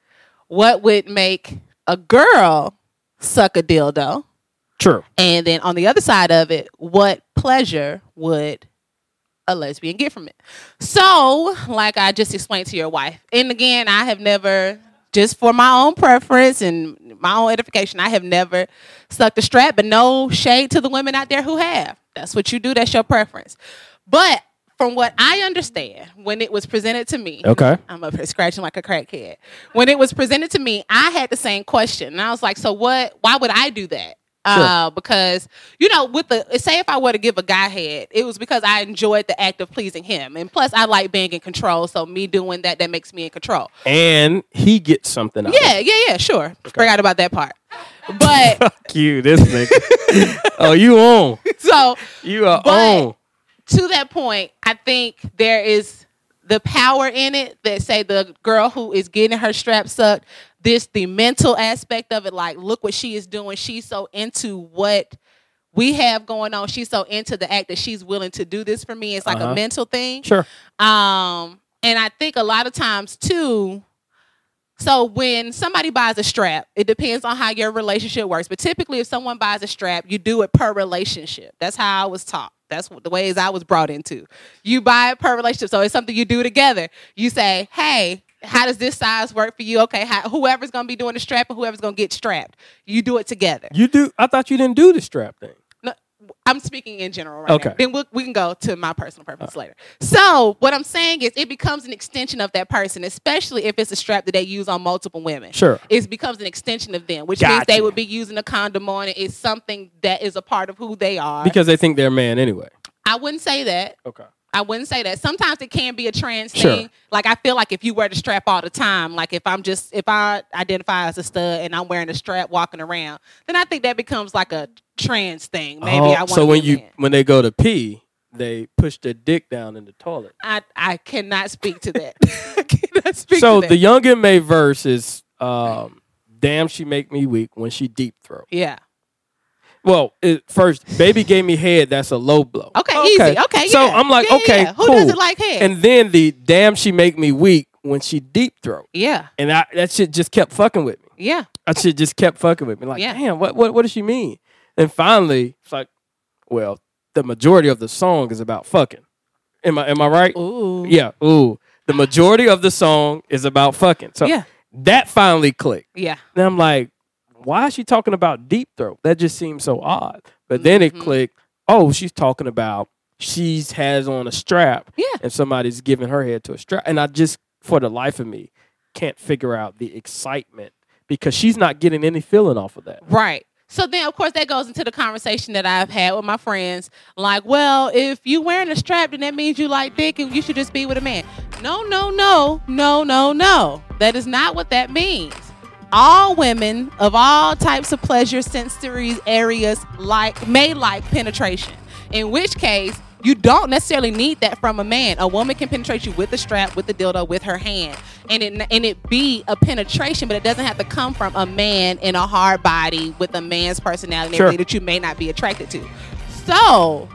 what would make a girl suck a dildo? True. And then on the other side of it, what pleasure would a lesbian get from it? So, like I just explained to your wife, and again, I have never, just for my own preference and my own edification, I have never sucked a strap, but no shade to the women out there who have. That's what you do, that's your preference. But from what I understand, when it was presented to me, Okay. I'm up here scratching like a crackhead. When it was presented to me, I had the same question, and I was like, "So what? Why would I do that?" Uh, because you know, with the say, if I were to give a guy head, it was because I enjoyed the act of pleasing him, and plus, I like being in control. So me doing that, that makes me in control. And he gets something out of it. Yeah, yeah, yeah. Sure, forgot about that part. *laughs* But Fuck you, this nigga. *laughs* oh, you on. so You are But- on. to that point, I think there is the power in it that say the girl who is getting her strap sucked, this the mental aspect of it, like look what she is doing. She's so into what we have going on. She's so into the act that she's willing to do this for me. It's like Uh-huh. a mental thing. Sure. Um, and I think a lot of times too. So when somebody buys a strap, it depends on how your relationship works. But typically, if someone buys a strap, you do it per relationship. That's how I was taught. That's what the ways I was brought into. You buy it per relationship, so it's something you do together. You say, "Hey, how does this size work for you? Okay, how, whoever's gonna be doing the strap and whoever's gonna get strapped, you do it together." You do I thought you didn't do the strap thing. No, I'm speaking in general right Okay. Uh. now. Then we'll, we can go to my personal preference later. So what I'm saying is, it becomes an extension of that person, especially if it's a strap that they use on multiple women. Sure. it becomes an extension of them, which means Gotcha. they would be using a condom on it. It's something that is a part of who they are. Because they think they're a man anyway. I wouldn't say that. Okay. I wouldn't say that. Sometimes it can be a trans Sure. thing. Like I feel like if you wear the strap all the time, like if I'm just if I identify as a stud and I'm wearing a strap walking around, then I think that becomes like a trans thing. Maybe I want Oh, so to when be a you man. when they go to pee, they push their dick down in the toilet. I I cannot speak *laughs* to that. *laughs* I cannot speak so to that. the young and May verse is um, damn she make me weak when she deep throat. yeah. Well, it, first, baby gave me head. That's a low blow. Okay, easy. Okay, So yeah. I'm like, Yeah, yeah, okay, yeah. Who cool. doesn't like head? And then the damn, she make me weak when she deep throat, Yeah. and I, that shit just kept fucking with me. Yeah. That shit just kept fucking with me. Like, Yeah. damn, what, what, what does she mean? And finally, it's like, well, the majority of the song is about fucking. Am I, am I right? Ooh. Yeah. Ooh, the majority of the song is about fucking. So Yeah. that finally clicked. Yeah. Then I'm like, why is she talking about deep throat? That just seems so odd. But then Mm-hmm. it clicked. Oh, she's talking about she's has on a strap. Yeah. And somebody's giving her head to a strap. And I just, for the life of me, can't figure out the excitement because she's not getting any feeling off of that. Right. So then, of course, that goes into the conversation that I've had with my friends. Like, well, if you wearing a strap, then that means you like dick, and you should just be with a man. No, no, no, no, no, no. That is not what that means. All women of all types of pleasure sensory areas like may like penetration. In which case, You don't necessarily need that from a man. A woman can penetrate you with a strap, with a dildo, with her hand, and it and it be a penetration, but it doesn't have to come from a man in a hard body with a man's personality and Sure. everything that you may not be attracted to. So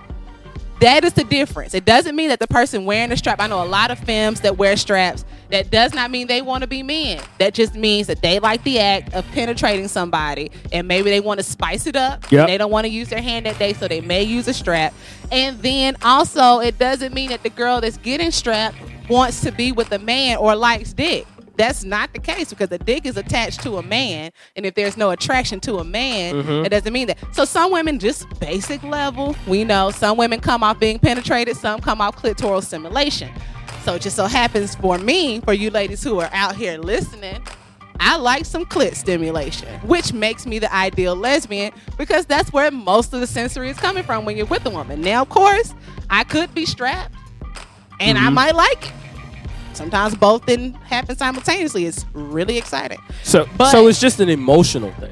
that is the difference. It doesn't mean that the person wearing the strap, I know a lot of femmes that wear straps, that does not mean they want to be men. That just means that they like the act of penetrating somebody and maybe they want to spice it up. Yep. They don't want to use their hand that day, so they may use a strap. And then also, it doesn't mean that the girl that's getting strapped wants to be with a man or likes dick. That's not the case because the dick is attached to a man, and if there's no attraction to a man, it doesn't mean that. So some women, just basic level, we know some women come off being penetrated, some come off clitoral stimulation. So it just so happens for me, for you ladies who are out here listening, I like some clit stimulation, which makes me the ideal lesbian because that's where most of the sensory is coming from when you're with a woman. Now, of course, I could be strapped and I might like it. Sometimes both didn't happen simultaneously. It's really exciting. So, But- so it's just an emotional thing.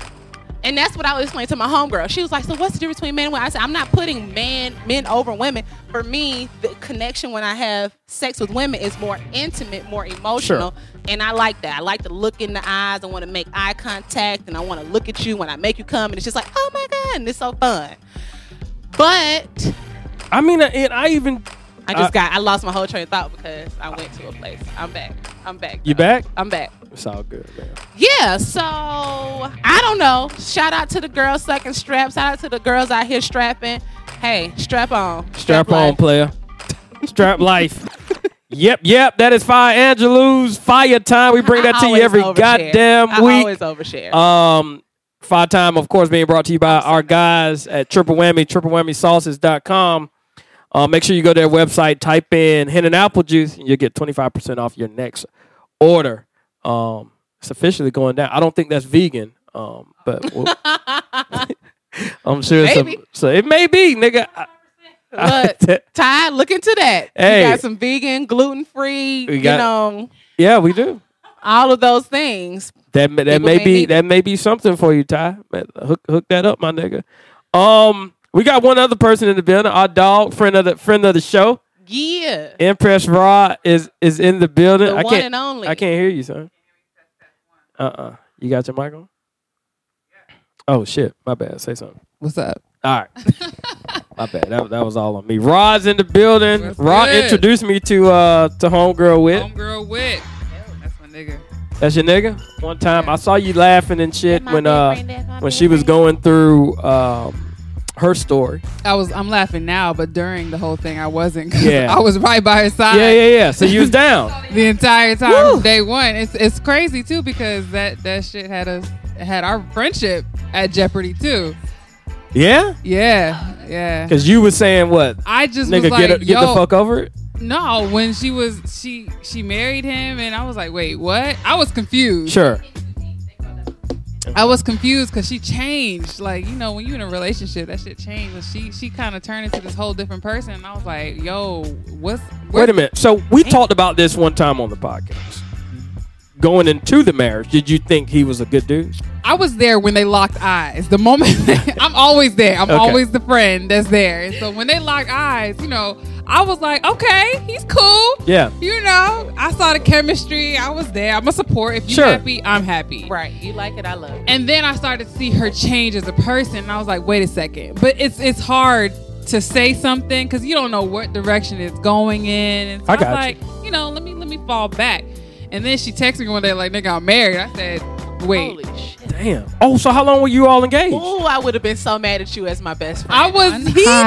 And that's what I was explaining to my homegirl. She was like, "So what's the difference between men and women?" I said, "I'm not putting man men over women. For me, the connection when I have sex with women is more intimate, more emotional, and I like that. I like to look in the eyes. I want to make eye contact, and I want to look at you when I make you come, and it's just like, oh my god, and it's so fun. But I mean, and I even I just Uh, got I lost my whole train of thought because I went to a place. I'm back. I'm back. You though. back? I'm back. it's all good, man. yeah, so I don't know. Shout out to the girls sucking straps. Shout out to the girls out here strapping. Hey, strap on. Strap on, life. player. Strap *laughs* life. yep, yep. That is Fire Angelou's fire time. We bring that I to you always every overshare. goddamn I always week. overshare. Um, fire time, of course, being brought to you by our guys at Triple Whammy, triplewhammysauces.com. Uh, make sure you go to their website, type in Hen and Apple Juice, and you'll get 25% off your next order. Um, it's officially going down. I don't think that's vegan, um, but *laughs* we'll- *laughs* I'm sure it's a- Maybe. so it may be, nigga. I- *laughs* Look, Ty, look into that. Hey. You got some vegan, gluten free, We you got- know, yeah, we do. all of those things. That may- that People may may be need that may be something for you, Ty. Man, Hook hook that up, my nigga. Um, we got one other person in the building. Our dog friend of the friend of the show, Yeah. Impress Rod is is in the building. The I one can't, and only. I can't hear you, son. Uh uh You got your mic on? Oh shit, my bad. Say something. What's up? All *laughs* right. My bad. That, that was all on me. Rod's in the building. What's Rod good? introduced me to uh to homegirl with. Homegirl Wit. That's my nigga. That's your nigga. One time I saw you laughing and shit when uh when she was going through um her story. I was I'm laughing now, but during the whole thing I wasn't. *laughs* 'cause Yeah. I was right by his side. Yeah, yeah, yeah. So you was down. *laughs* The entire time from day one. It's it's crazy too because that that shit had us had our friendship at jeopardy too. Yeah? Yeah, yeah. Cuz you was saying what? I just Nigga, was like, get, a- yo, get the fuck over it. no. When she was she she married him, and I was like, wait, what? I was confused. Sure. I was confused because she changed. Like you know, when you're in a relationship, that shit changed. But she she kind of turned into this whole different person. And I was like, yo, what's Wait a minute. So we talked about this one time on the podcast. Going into the marriage, did you think he was a good dude? I was there when they locked eyes. The *laughs* moment I'm always there. I'm Okay. always the friend that's there. And so when they locked eyes, you know, I was like, okay, he's cool. Yeah. You know, I saw the chemistry. I was there. I'm a support. If you're Sure. happy, I'm happy. Right. You like it, I love it. And then I started to see her change as a person. And I was like, wait a second. But it's it's hard to say something because you don't know what direction it's going in. And so I I, was got like, you know, let me let me fall back. And then she texted me one day, like, nigga, I'm married. I said, wait. Holy shit. Damn. Oh, so how long were you all engaged? Ooh, I would have been so mad at you as my best friend. I was Hi,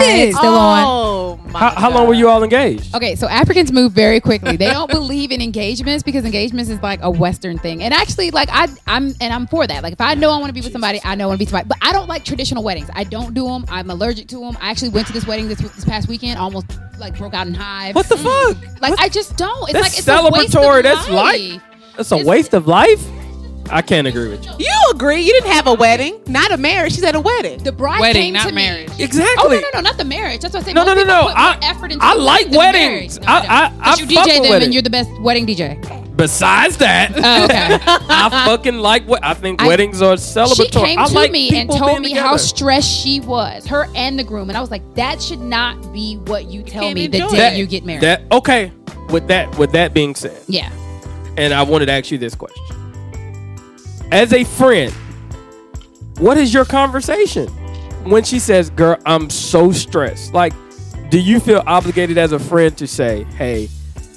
heated. still on. oh, my How, how long were God. you all engaged? Okay, so Africans move very quickly. They don't believe in engagements because engagements is like a Western thing. And actually, like I, I'm and I'm for that. Like if I know I want to be with somebody, I know I want to be somebody. But I don't like traditional weddings. I don't do them. I'm allergic to them. I actually went to this wedding this this past weekend, almost like broke out in hives. Mm. What the fuck? Like I just don't. It's That's like it's A waste celebratory. of That's life. That's a waste of life? I can't agree with you. Oh, You agree. You didn't have a wedding, not a marriage. She's at a wedding. The bride Wedding, came not to marriage. Me. Oh Exactly. no no no not the marriage. That's what I'm saying. No, Most no, no, people no. Put more I- effort into I the like wedding than the weddings. marriage. No, they I- don't. I- I 'Cause you fuck DJ with them and it. you're the best wedding DJ. Besides that, Oh, okay. *laughs* I fucking like what I think I- weddings are celebratory. She came I to like me and people told being me how together. stressed she was, her and the groom, and I was like, "That should not be what you tell can't me the enjoy day it. you get married." that okay. With that, with that being said, yeah, and I wanted to ask you this question. As a friend, what is your conversation when she says, "Girl, I'm so stressed." Like, do you feel obligated as a friend to say, "Hey,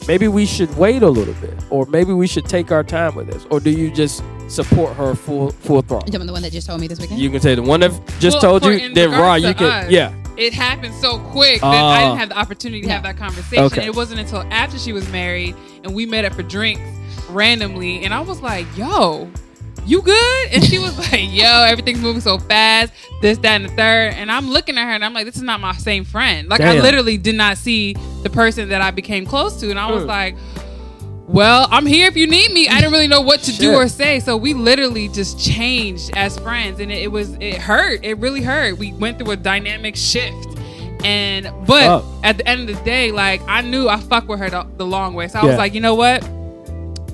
maybe we should wait a little bit, or maybe we should take our time with this," or do you just support her full full you throttle? talking about the one that just told me this weekend. You can say the one that just Well, told for- you, in then regards Raw, to you can, us, yeah. It happened so quick that I Oh. didn't have the opportunity to have that conversation. Okay. It wasn't until after she was married and we met up for drinks randomly, and I was like, "Yo, you good?" And she was *laughs* like, "Yo, everything's moving so fast. This, that, and the third. And I'm looking at her and I'm like, "This is not my same friend." Like I Damn. literally did not see the person that I became close to, and I was Mm. like. Well, I'm here if you need me. I didn't really know what to do Shit. or say, so we literally just changed as friends, and it, it was it hurt. It really hurt. We went through a dynamic shift, and but Fuck. at the end of the day, like I knew I fucked with her the, the long way, so I Yeah. was like, you know what?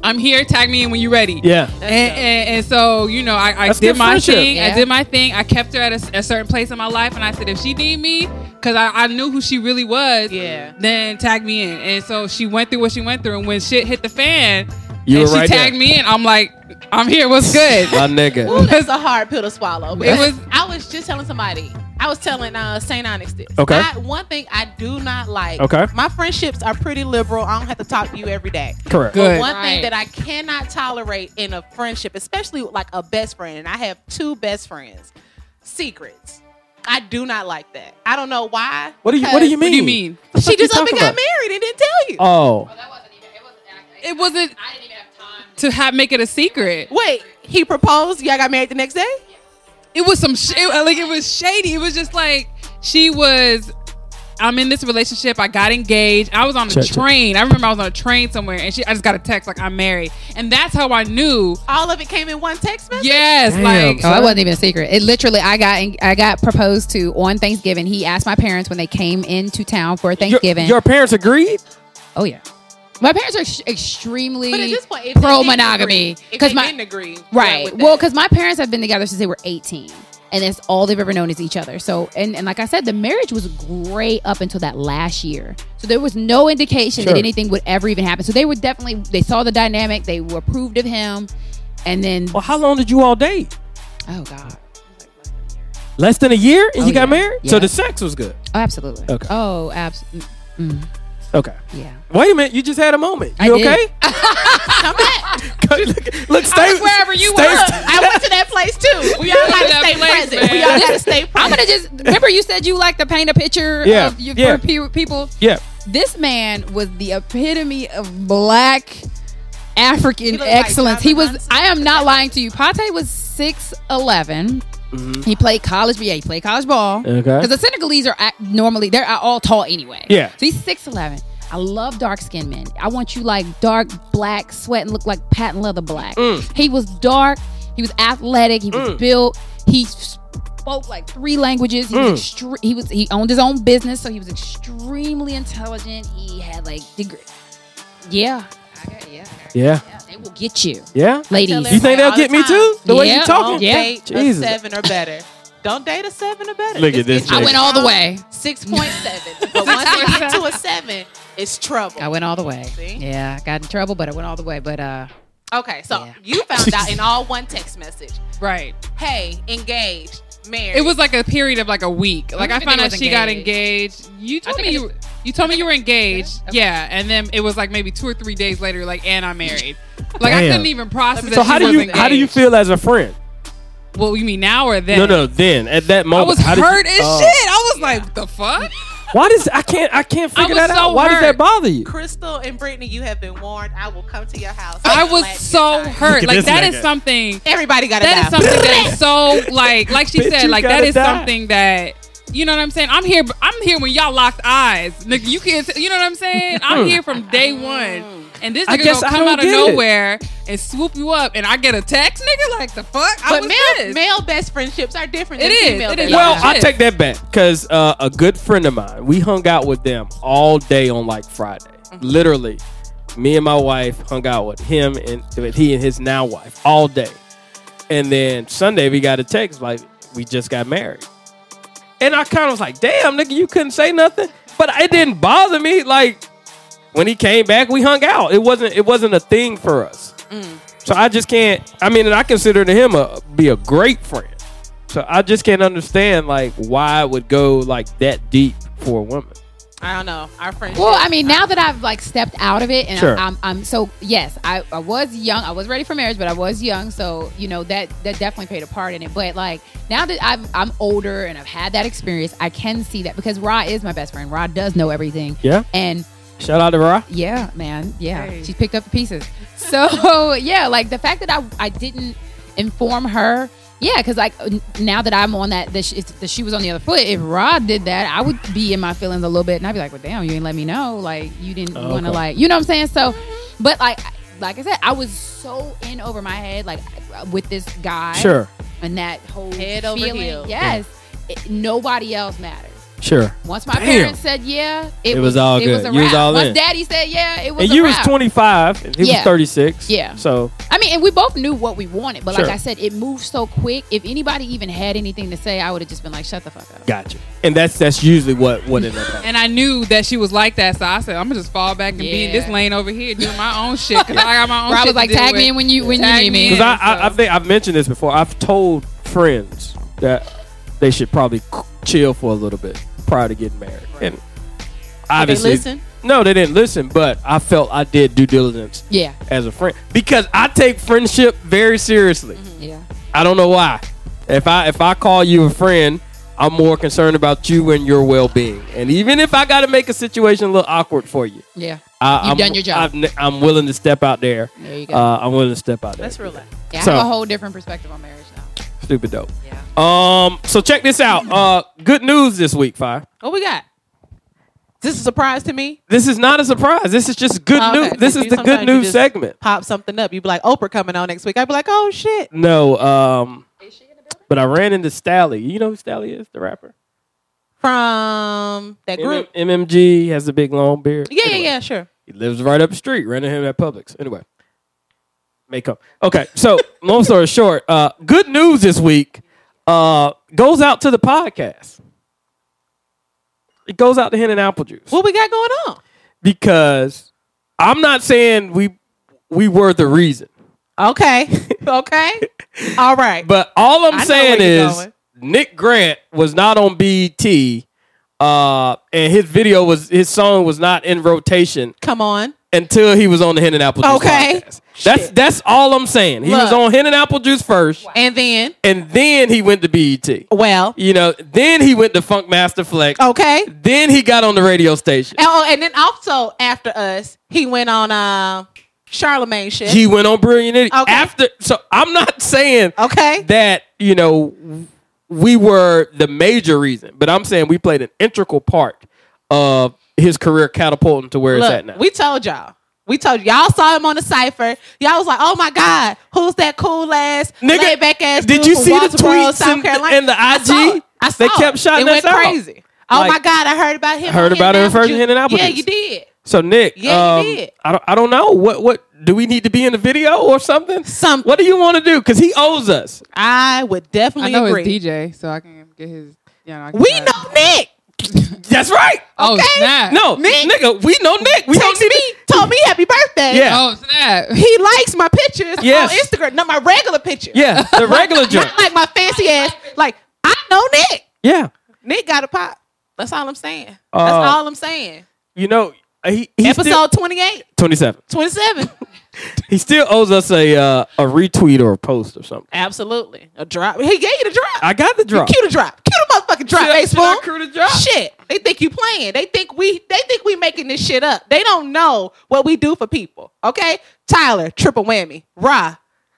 I'm here. Tag me in when you're ready. Yeah. And, and, and so you know, I, I That's did good my friendship. thing. I Yeah. did my thing. I kept her at a, s- a certain place in my life, and I said, if she need me, because I, I knew who she really was, Yeah. Then tag me in. And so she went through what she went through, and when shit hit the fan, You and were she right tagged there. me in. I'm like, I'm here. What's *laughs* good? My nigga. Ooh, *laughs* that's a hard pill to swallow. It was- I was just telling somebody. I was telling uh, Saint Onyx this. Okay. I, one thing I do not like. Okay. My friendships are pretty liberal. I don't have to talk to you every day. Correct. Good. But one thing Right. that I cannot tolerate in a friendship, especially like a best friend, and I have two best friends, secrets. I do not like that. I don't know why. What do you What do you mean? What do you mean? What the She fuck you just up and talking got about? married and didn't tell you. Oh, It wasn't. I didn't even have time to have make it a secret. Wait, he proposed. Y'all got married the next day. It was some sh- it- like it was shady. It was just like she was. I'm in this relationship. I got engaged. I was on a Check, check. train. I remember I was on a train somewhere, and she. I just got a text like I'm married, and that's how I knew. All of it came in one text message. Yes, Damn. like Oh, it wasn't even a secret. It literally, I got I got proposed to on Thanksgiving. He asked my parents when they came into town for your, Thanksgiving. your parents agreed. oh yeah, my parents are ex- extremely But at this point, if they pro didn't monogamy agree- if because they my didn't agree, you went right. with Well, that. because my parents have been together since they were eighteen, and that's all they've ever known is each other. So, and and like I said, the marriage was great up until that last year. So there was no indication Sure. that anything would ever even happen. So they were definitely they saw the dynamic, they were approved of him, and then Well, how long did you all date? oh god, Less than a year, and Oh, you got yeah. married. So Yeah. the sex was good. oh absolutely, Okay. oh mm. absolutely, Okay. yeah. Wait a minute, you just had a moment. I You did. okay? look, look, stay wherever you stay- were. I went to that *laughs* place too. We all went gotta to that stay place, present. man. We all gotta stay I'm present. gonna just remember you said you like to paint a picture Yeah, of you, yeah. for pe- people. Yeah. This man was the epitome of black African looked like excellence. Jonathan he was. Johnson. I am not lying to you. Pate was six Mm-hmm. Mm-hmm. He played college. Yeah, he played college ball. Okay. Because the Senegalese are act- normally they're all tall anyway. Yeah. So he's six eleven. I love dark skinned men. I want you like dark black, sweating, look like patent leather black. Mm. He was dark. He was athletic. He was built. He spoke like three languages. He was Mm. Mm. extre- he was he owned his own business, so he was extremely intelligent. He had like degree. Yeah. I got- yeah, I got- Yeah. yeah, They will get you, Yeah. ladies. You think they'll All the get me time. too? The way you Yeah. talking? Yeah. Date Jesus. a seven or better. Don't date a seven or better. Look at Just this get chick. I you went all the down way. 6.7. But once you get to a seven, it's trouble. I went all the way. See? Yeah, I got in trouble, but I went all the way. But uh, Okay, so Yeah. you found out in all one text message. right. Hey, engaged, married. It was like a period of like a week. Like I even think found out it was she got engaged. engaged. You told think me I you you told me you were engaged. Yeah, and then it was like maybe two or three days later. Like and I married. Like I Damn. couldn't even process. So that how she do was you how do you engaged. feel as a friend? Well, you mean now or then? No, no. Then at that I moment, was how did you- hurt as Oh. shit. I was like, the fuck? Why does I can't I can't figure was that out? so Why does that hurt. bother you? Crystal and Brittany, you have been warned. I will come to your house. I and was slap your so tires. hurt. at Like this that is nigga. something. Everybody gotta That is die. something *laughs* that is so like like she Bitch, you said. Like that gotta is die. something that. You know what I'm saying? I'm here. I'm here when y'all locked eyes. Nigga, you can. You know what *laughs* I'm saying? I'm here from day Mm. one, and this I nigga guess gonna I come don't out of get it. nowhere and swoop you up, and I get a text, nigga. Like the fuck? I But was male, pissed. male best friendships are different It than is. female It is. best Well, Yeah. I take that back because uh, a good friend of mine, we hung out with them all day on like Friday, literally. me and my wife hung out with him and with he and his now wife all day. And then Sunday we got a text like we just got married. And I kind of was like, damn, nigga, you couldn't say nothing. But it didn't bother me. Like when he came back, we hung out. It wasn't it wasn't a thing for us. So I just can't. I mean, and I consider him a be a great friend. So I just can't understand like why it would go like that deep for a woman. I don't know. Our friendship. Well, I mean, now that I've like stepped out of it, and Sure. I'm, I'm so yes, I, I was young, I was ready for marriage, but I was young, so you know that that definitely played a part in it. But like now that I'm I'm older and I've had that experience, I can see that because Ra is my best friend. Ra does know everything. Yeah. and Shout out to Ra. yeah, man, yeah, Hey. she's picked up the pieces. So *laughs* yeah, like the fact that I I didn't inform her. Yeah, because like n- now that I'm on that, that she, it's- the shoe was on the other foot. If Rod did that, I would be in my feelings a little bit, and I'd be like, "Well, damn, you didn't let me know. Like, you didn't Oh, want to okay. like, you know what I'm saying?" So, Mm-hmm. but like, like I said, I was so in over my head, like with this guy, Sure, and that whole Head over feeling. heels. Yes, It- nobody else matters. sure. Once my Damn. parents said yeah, it, It was all It was good. a You was wrap. all Once in. daddy said yeah, it was. and a you was wrap. 25, and he Yeah. was 36. Yeah. So I mean, and we both knew what we wanted, but Sure. like I said, it moved so quick. If anybody even had anything to say, I would have just been like, "Shut the fuck up." gotcha. And that's that's usually what what ended up. *laughs* happening. And I knew that she was like that, so I said, "I'm gonna just fall back and be in this Yeah. lane over here doing my own shit." Cause I got my own. Rob shit was like, to deal "Tag with." me in when you when Tag you need me me." in. Because I, I, I so- think I've mentioned this before. I've told friends that they should probably c- chill for a little bit prior to getting married. And obviously, listen? no, they didn't listen. But I felt I did due diligence Yeah, as a friend because I take friendship very seriously. Mm-hmm. yeah, I don't know why. If I if I call you a friend, I'm more concerned about you and your well being. And even if I got to make a situation a little awkward for you, yeah. I, You've I'm, done your job. I've, I'm willing to step out there. There you go. Uh, I'm willing to step out there. Let's relax. yeah, I so- have a whole different perspective on marriage now. Stupid dope. Um. So check this out. Uh. Good news this week, Fire. What we got? This is a surprise to me. This is not a surprise. This is just good Oh, okay. news. This Cause is you- the good sometimes you news just segment. Pop something up. You'd be like, Oprah coming on next week. I'd be like, oh shit. No. Um. But I ran into Stally. You know who Stally is, the rapper. From that group. M- MMG has a big long beard. Yeah, yeah, Anyway, yeah, sure. He lives right up the street. Ran into him at Publix. Anyway. Makeup. Okay. *laughs* So long story short, uh, good news this week uh, goes out to the podcast. It goes out to Hen and Apple Juice. What we got going on? because I'm not saying we we were the reason, Okay. *laughs* *laughs* okay. All right. but all I'm I know saying where you're is going. Nick Grant was not on BET, uh, and his video was his song was not in rotation Come on. until he was on the Hen and Apple Juice. Okay. podcast. that's that's all I'm saying. He was Look. on Hen and Apple Juice first, And then, and then he went to BET. well, You know, then he went to Funk Master Flex. okay. Then he got on the radio station. And, oh, and then also after us, he went on uh, Charlemagne shit. He went on Brilliant Idiot. Okay. After, so I'm not saying okay. that you know we were the major reason, but I'm saying we played an integral part of his career catapulting to where it's at now. we told y'all. We told y'all saw him on the cipher. Y'all was like, "Oh my God, who's that cool ass, Nigga, laid back ass?" did dude you from see the Walterboro, tweets South and- Carolina? and the I saw IG? it. I saw They kept it. shouting It went us out. crazy. Oh Like- my God, I heard about him. Heard on about Hidden him first Apple in Hidden Juice. Apple Yeah, Juice. you did. so Nick, Yeah, um, you did. I don't, I don't know what what do we need to be in the video or something? Something. What do you want to do? Because he owes us. I would I definitely know agree. his DJ, so I can get his. You know, I can We try- know Nick. That's right. Oh okay. snap! No, Nick. nigga, we know Nick. We don't Text need me, told me happy birthday. Yeah. Oh snap! he likes my pictures Yes. on Instagram. Not my regular picture. to- Yeah, the regular joke. not like my fancy ass. Like I know Nick. Yeah, Nick got a pop. That's all I'm saying. That's Uh, all I'm saying. you know he, he still, Episode 28, 27. *laughs* 27. He still owes us a uh, a retweet or a post or something. Absolutely. A drop. He gave you the drop. I got the drop. Cue the drop. Cue the motherfucking drop, Should I- should I Facebook. crew the drop? Shit. They think you playing. They think we they think we making this shit up. They don't know what we do for people. Okay? Tyler, triple whammy. Ra.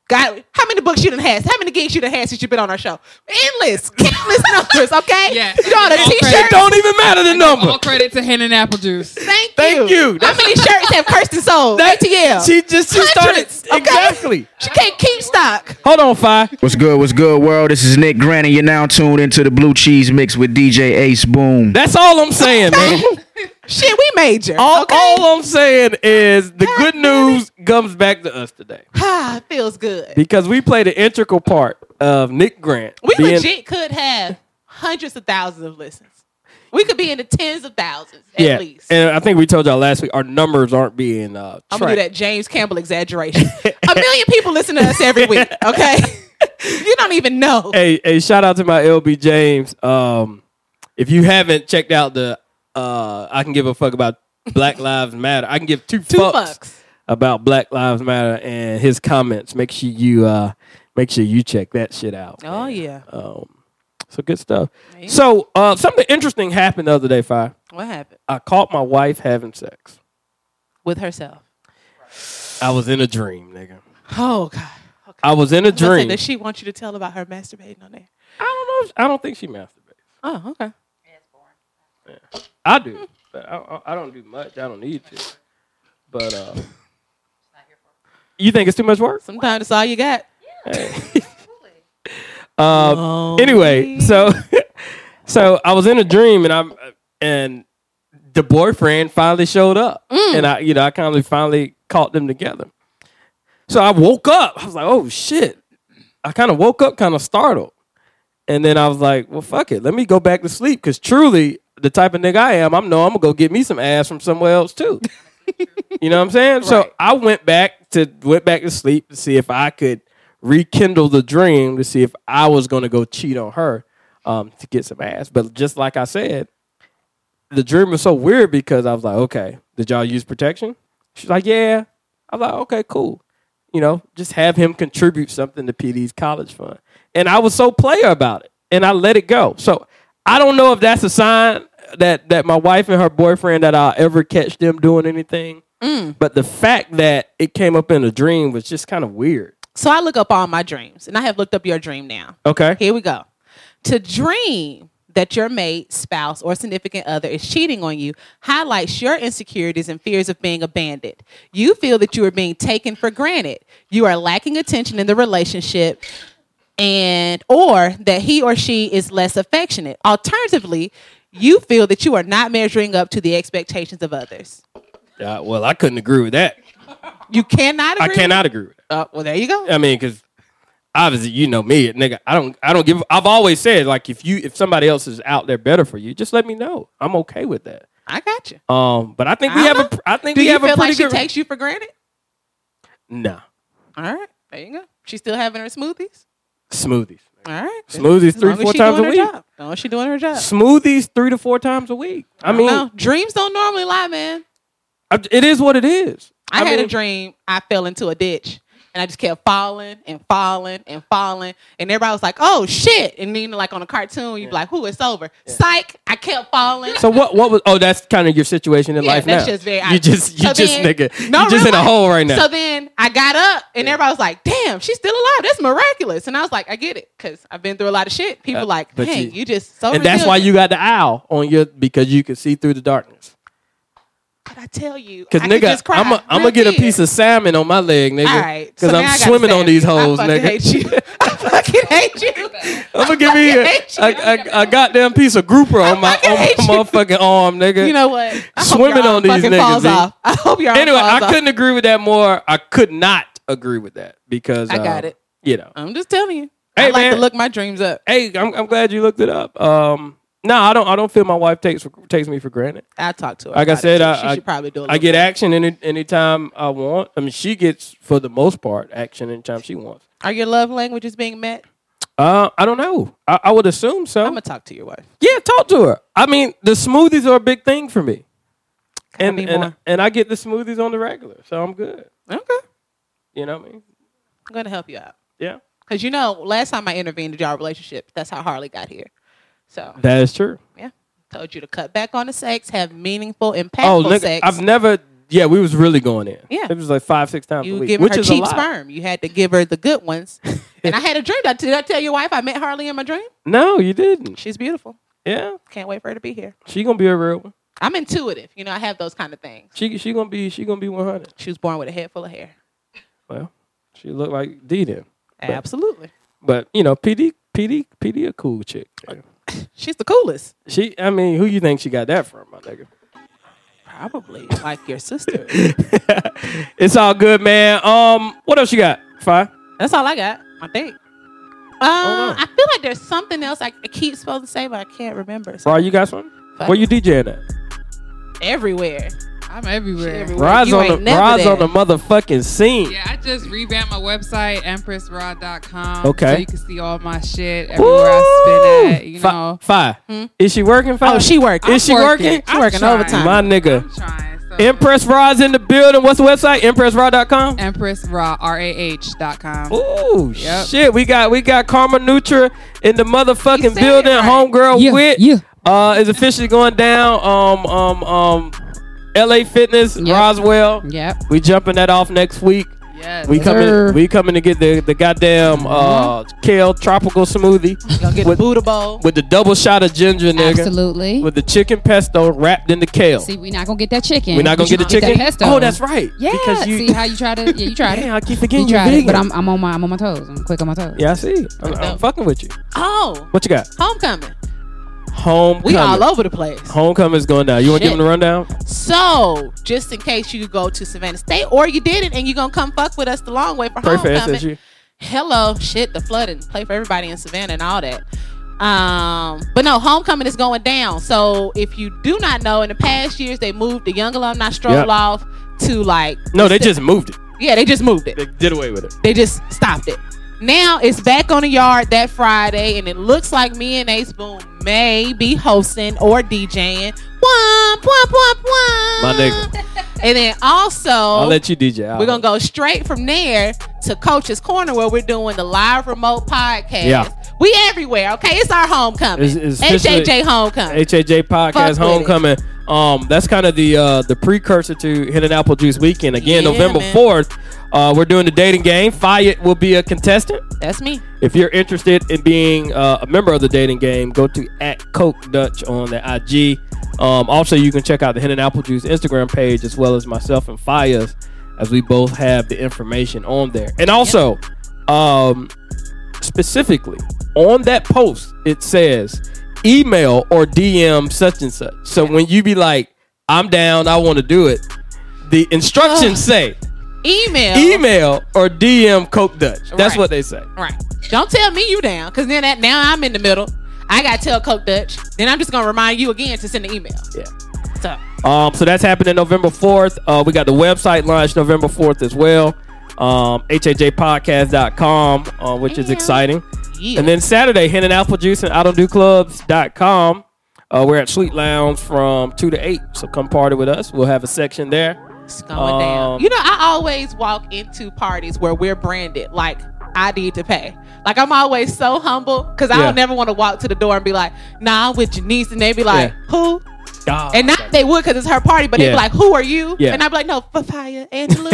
God, how many books you done had? How many gigs you done had since you've been on our show? Endless, countless *laughs* numbers, okay? Yeah. You know, the All credit. t It shirts. don't even matter the number. All credit to Hen and Apple Juice. Thank you. Thank you. How many shirts have Kirsten sold? ATL. She just she started Hundreds, okay? exactly. She can't keep stock. Hold on, Fi. What's good? What's good, world? This is Nick Grant, and you're now tuned into the Blue Cheese Mix with DJ Ace Boom. That's all I'm saying, man. *laughs* Shit, we major. All, okay. all I'm saying is the good news comes back to us today Ah, feels good. because we played an integral part of Nick Grant. We being- legit could have hundreds of thousands of listens. We could be in the tens of thousands at yeah, least. and I think we told y'all last week our numbers aren't being. Uh, I'm gonna do tracked. that James Campbell exaggeration. a million people listen to us every week. Okay, you don't even know. Hey, hey! Shout out to my LB James. Um, if you haven't checked out the, uh, I can give a fuck about Black Lives Matter. I can give two, Two fucks, fucks. about Black Lives Matter and his comments. Make sure you, uh, make sure you check that shit out. Um, Oh yeah. So good stuff. So uh, something interesting happened the other day. Fi, What happened I caught my wife having sex. with herself? I was in a dream, nigga. Oh God. I was in a I was gonna say, dream. Does she want you to tell about her masturbating on there? I don't know. If, I don't think she masturbates. Oh, okay. I do, but I, I- I don't do much. I don't need to. But uh, you think it's too much work? Sometimes it's all you got. *laughs* Um, anyway, so *laughs* so I was in a dream and I'm and the boyfriend finally showed up and I you know I kind of finally caught them together. So I woke up. I was like, oh shit. I kind of woke up kind of startled. And then I was like, well, fuck it. Let me go back to sleep. Cause truly, the type of nigga I am, I'm no, I'm gonna go get me some ass from somewhere else too. you know what I'm saying? So I went back to went back to sleep to see if I could rekindle the dream to see if I was gonna go cheat on her um, to get some ass. But just like I said, the dream was so weird because I was like, okay, did y'all use protection? She's like, yeah. I was like, okay, cool. You know, just have him contribute something to PD's college fund. And I was so player about it and I let it go. So I don't know if that's a sign that, that my wife and her boyfriend that I'll ever catch them doing anything. Mm. But the fact that it came up in a dream was just kind of weird. So I look up all my dreams, and I have looked up your dream now. Okay. Here we go. To dream that your mate, spouse, or significant other is cheating on you highlights your insecurities and fears of being abandoned. You feel that you are being taken for granted. You are lacking attention in the relationship and or that he or she is less affectionate. Alternatively, you feel that you are not measuring up to the expectations of others. Uh, well, I couldn't agree with that. You cannot I agree. cannot agree with that. Uh, well, there you go. I mean, because obviously you know me, nigga. I don't, I don't give. I've always said like if you, if somebody else is out there better for you, just let me know. I'm okay with that. I got you. Um, but I think we I have don't a, I think Do we you have feel a pretty like she good. takes you for granted? nah, All right. There you go. She's still having her smoothies. smoothies. All right. Smoothies As three, long as four she times a doing her week. Job. As long as she doing her job. Smoothies three to four times a week. I mean, no, dreams don't normally lie, man. I- it is what it is. I, had mean, a dream. I fell into a ditch. And I just kept falling and falling and falling. And everybody was like, oh shit. And then you know, like on a cartoon, you'd be like, who, it's over. Psych, I kept falling. So what? What was? Oh, that's kind of your situation in Yeah, life that's now. just very you I- just, you So just, then- nigga, No, you just real in a life. hole right now. So then I got up and everybody was like, damn, she's still alive. That's miraculous. And I was like, I get it. Cause I've been through a lot of shit. People Uh, like, but dang, you- you, just so and that's why resilient." you got the owl on your because you can see through the darkness. But I tell you, Cause I could nigga, just cry. I'm a, I'm gonna Real get a tears. piece of salmon on my leg, nigga. All right. Cause So now I I'm gotta swimming stab on these you. hoes, I fucking nigga. Hate *laughs* you. I *laughs* fucking hate you. I'm gonna give *laughs* me a, hate you. a, a, a goddamn piece of grouper on my, fucking on my hate you. motherfucking arm, nigga. You know what? I hope Swimming your arm on these fucking niggas, Falls Z. off. I hope your arm Anyway, falls I off. couldn't agree with that more. I could not agree with that because I got um, it. You know, I'm just telling you. Hey, I like man. to look my dreams up. hey, I'm, I'm glad you looked it up. Um, no, I don't. I don't feel my wife takes for- takes me for granted. I talk to her. Like I about it, said, too. I- she I- should probably do. A I little get bit. action any anytime I want. I mean, she gets for the most part action anytime she wants. Are your love languages being met? Uh, I don't know. I, I would assume so. I'm gonna talk to your wife. Yeah, talk to her. I mean, the smoothies are a big thing for me. I And be and, more? and I get the smoothies on the regular, so I'm good. Okay, I'm You know what I mean? gonna help you out Yeah. because you know last time I intervened in y'all relationship, that's how Harley got here. So That is true. yeah, told you to cut back on the sex, have meaningful, impactful Oh, look, sex. I've never yeah, we was really going in. Yeah. It was like five, six times a You week. give which her is a cheap lot. sperm. You had to give her the *laughs* good ones. and I had a dream. Did I, did I tell your wife I met Harley in my dream? No, you didn't. She's beautiful. Yeah. Can't wait for her to be here. She gonna be a real one. I'm intuitive. You know, I have those kind of things. She she gonna be she gonna be one hundred. She was born with a head full of hair. Well, she look like D then. Absolutely. But you know, PD PD PD a cool chick. She's the coolest. She I mean, who you think she got that from, my nigga? Probably like your sister. It's all good, man. Um, what else you got? Five. That's all I got. I think. Um, I feel like there's something else I, I keep supposed to say, but I can't remember. So Rod, you got something? Fuck. Where you DJing at? everywhere. I'm everywhere. everywhere. Rod's You on the ain't never Rod's there. on the motherfucking scene. Yeah, I just revamped my website, empressrod.com. Okay. So you can see all my shit everywhere I spin at. You Fi- know, Hmm? Five. Is she working? Five. Oh, she working. Is she working? I'm working trying. overtime. My nigga. I'm trying. So. Empress Rod's in the building. What's the website? EmpressRod.com. Empress Rah, R-A-H.com. Oh, Ooh, Yep. shit. We got we got Karma Nutra in the You motherfucking said building. it right. Homegirl Yeah, Wit yeah. uh, is officially going down. Um, um, um, LA Fitness, Yep. Roswell. Yep. We jumping that off next week. Yes. We sir. coming. We coming to get the the goddamn uh, kale tropical smoothie Gonna get With- a Buddha bowl. with the double shot of ginger, nigga. Absolutely. With the chicken pesto wrapped in the kale. See, we're not gonna get that chicken. We're not gonna But get the you chicken. that pesto. Oh, that's right. Yeah. Because you. see how you try to. Yeah, you tried it. Damn, I keep forgetting You you tried it, vegan. but I'm, I'm on my I'm on my toes. I'm quick on my toes. yeah, I see. I'm, I'm fucking with you. Oh, What you got? homecoming. Homecoming. We all over the place. Homecoming's going down. You want to Shit. give him the rundown? So, just in case you go to Savannah State or you didn't and you're going to come fuck with us the long way for Pray homecoming. fast at you. Hello, shit, the flooding. Play for everybody in Savannah and all that. Um, but no, homecoming is going down. So, if you do not know, in the past years, they moved the young alumni stroll Yep. off to like. No, they just moved it. Yeah, they just moved it. They did away with it. They just stopped it. Now it's back on the yard that Friday, and it looks like me and Ace Boom may be hosting or DJing. Womp, womp, womp, womp. My nigga. And then also, I'll let you DJ. I'll- we're going to go straight from there to Coach's Corner where we're doing the live remote podcast. Yeah. We everywhere, okay? It's our homecoming. It's- it's HJJ officially- homecoming. HAJ Uh, Fuck podcast with homecoming. Um, that's kind of the uh, the precursor to Hidden Apple Juice weekend. Again, Yeah, November man. fourth, uh, we're doing the dating game. Fayette will be a contestant. That's me. If you're interested in being uh, a member of the dating game, go to at Coke Dutch on the IG. Um, also, you can check out the Hen and Apple Juice Instagram page as well as myself and Fias, as we both have the information on there. And also, um, specifically on that post, it says email or DM such and such. So when you be like, "I'm down, I want to do it," the instructions say Email. email or DM Coke Dutch. That's Right. what they say. Right. Don't tell me you down, cause then that now I'm in the middle. I gotta tell Coke Dutch. Then I'm just gonna remind you again to send the email. Yeah. So Um, so that's happening November 4th. Uh, we got the website launch November 4th as well. Um, HAJpodcast.com, uh, which is Yeah. exciting. yeah. And then Saturday, Hen and Apple Juice and I Don't Do Clubs.com. Uh, we're at Sweet Lounge from 2 to 8. So come party with us. We'll have a section there. it's going down. um, You know, I always walk into parties where we're branded like I need to pay. Like I'm always so humble because I Yeah. don't never want to walk to the door and be like, nah, I'm with Janice. And they be like, Yeah. Oh, who? Ah, And not they would because it's her party, but they'd Yeah. be like, who are you? Yeah. And I'd be like, no, Fafaya Angela. *laughs*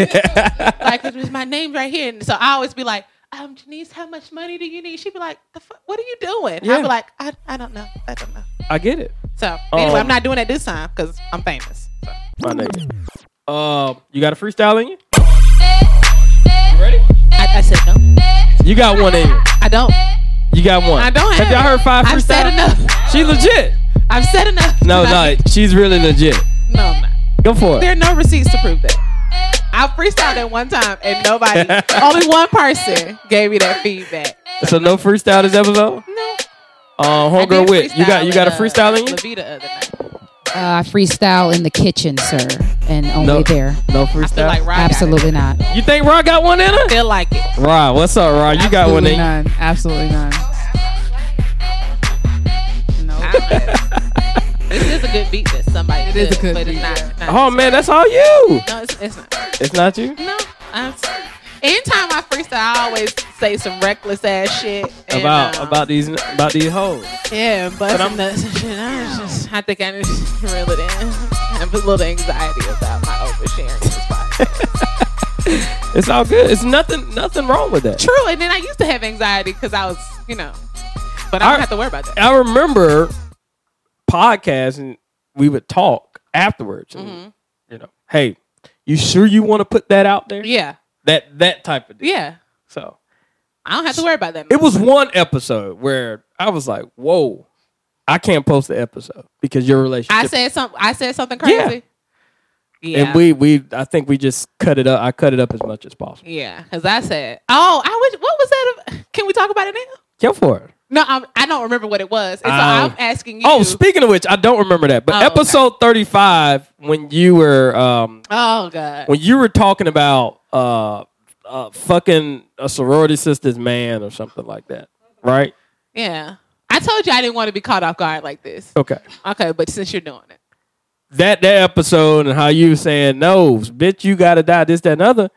like, it's my name's right here. And so I always be like, um, Janice, how much money do you need? She'd be like, the fu- what are you doing? Yeah. I'd be like, I, I don't know. I don't know. I get it. So anyway, Um, I'm not doing that this time because I'm famous. So. My nigga. Uh, you got a freestyle in you? I, I said no. You got one in you. I don't. You got one. I don't Have have y'all it. heard five freestyle? I've said enough. She legit. I've said enough. No, no, Nothing. she's really legit. no, I'm not. Go for it. There are no receipts to prove that. I freestyled at one time and *laughs* nobody, only one person gave me that feedback. So no freestyle this episode. No. Uh, I homegirl did wit. You got you got a freestyle in uh, you? Levita other night. Uh, I freestyle in the kitchen, sir, and only No. there. No I feel like freestyle. Rod Got Absolutely not. You think Rod got one in her? it. feel like *laughs* it. Rod, what's up, Rod? You got one Absolutely in you. none. Absolutely none. No. This is a good beat that somebody. It is a good but beat, it's not. not Oh man, that's all you. No, it's, it's not. It's not you. No, I'm. Sorry. Anytime I freestyle, I always say some reckless ass shit and, About um, about these about these hoes. *laughs* Yeah, and busting I'm- nuts and shit. I was just, I think I need to *laughs* reel it in. I have a little anxiety about my oversharing. this podcast. It's all good. It's nothing nothing wrong with that. True, and then I used to have anxiety because I was, you know, but I I- don't have to worry about that. I remember podcasts and we would talk afterwards. and, Mm-hmm. You know, hey, you sure you want to put that out there? Yeah, That that type of deal. yeah. So I don't have to worry about that. it was one episode where I was like, "Whoa, I can't post the episode because your relationship." I said some. I said something Yeah. crazy. Yeah. And we we I think we just cut it up. I cut it up as much as possible. Yeah, because I said, oh, I wish. What was that? ab- Can we talk about it now? Go for it. No, I'm, I don't remember what it was. And so Oh. I'm asking you. Oh, speaking of which, I don't remember that. But Oh, okay. episode thirty-five, when you were um, Oh God. when you were talking about uh, uh, fucking a sorority sister's man or something like that, right? Yeah. I told you I didn't want to be caught off guard like this. Okay. Okay, but since you're doing it, That that episode and how you were saying no, bitch, you gotta die, this, that, and other.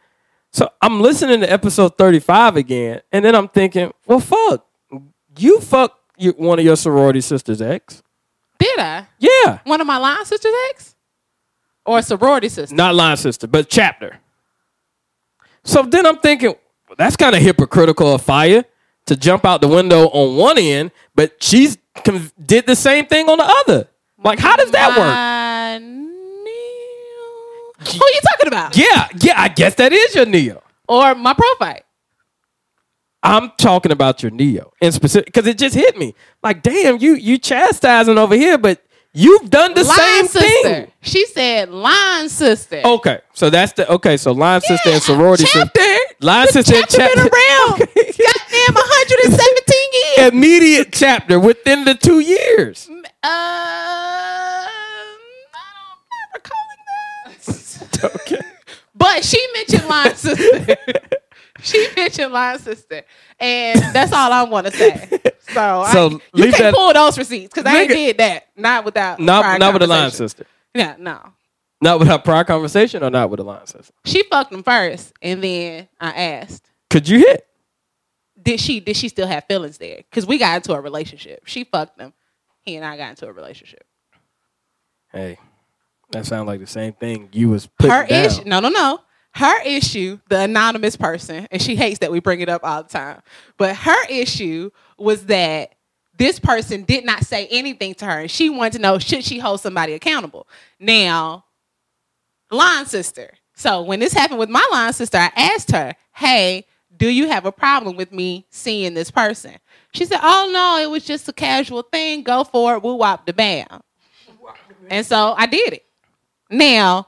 So I'm listening to episode thirty-five again, and then I'm thinking, well, fuck, you fuck your, one of your sorority sisters' ex. did I? Yeah, One of my line sisters' ex, or a sorority sister? not line sister, but chapter. So then I'm thinking well, that's kind of hypocritical of fire to jump out the window on one end, but she's con- did the same thing on the other. Like, how does that work? My Neo. Who are you talking about? Yeah, yeah, I guess that is your Neo. Or my profile? I'm talking about your Neo in specific because it just hit me. Like, damn, you you chastising over here, but you've done the line same sister. thing. Oh. She said line sister. Um, Okay, so that's the okay. So line sister and sorority sister- chapter. Line sister and Chapter been chapter. *laughs* around. Goddamn, 117 years. immediate chapter within the two years. Um, I don't remember calling *laughs* that. Okay. But she mentioned *laughs* line sister. she mentioned line sister, and that's all I want to say. *laughs* So, So I, you leave can't that- pull those receipts because I ain't Nigga. did that. Not without prior Not not with a line conversation. sister. Yeah, no. Not without prior conversation or not with a line sister. She fucked him first, and then I asked, Could you hit? "Did she? Did she still have feelings there?" Because we got into a relationship. She fucked him. He and I got into a relationship. Hey, that sounds like the same thing you was putting her down. issue no no no her issue the anonymous person and she hates that we bring it up all the time but her issue was that this person did not say anything to her and she wanted to know should she hold somebody accountable now line sister so when this happened with my line sister i asked her hey do you have a problem with me seeing this person she said oh no it was just a casual thing go for it woo wop the bam and so i did it now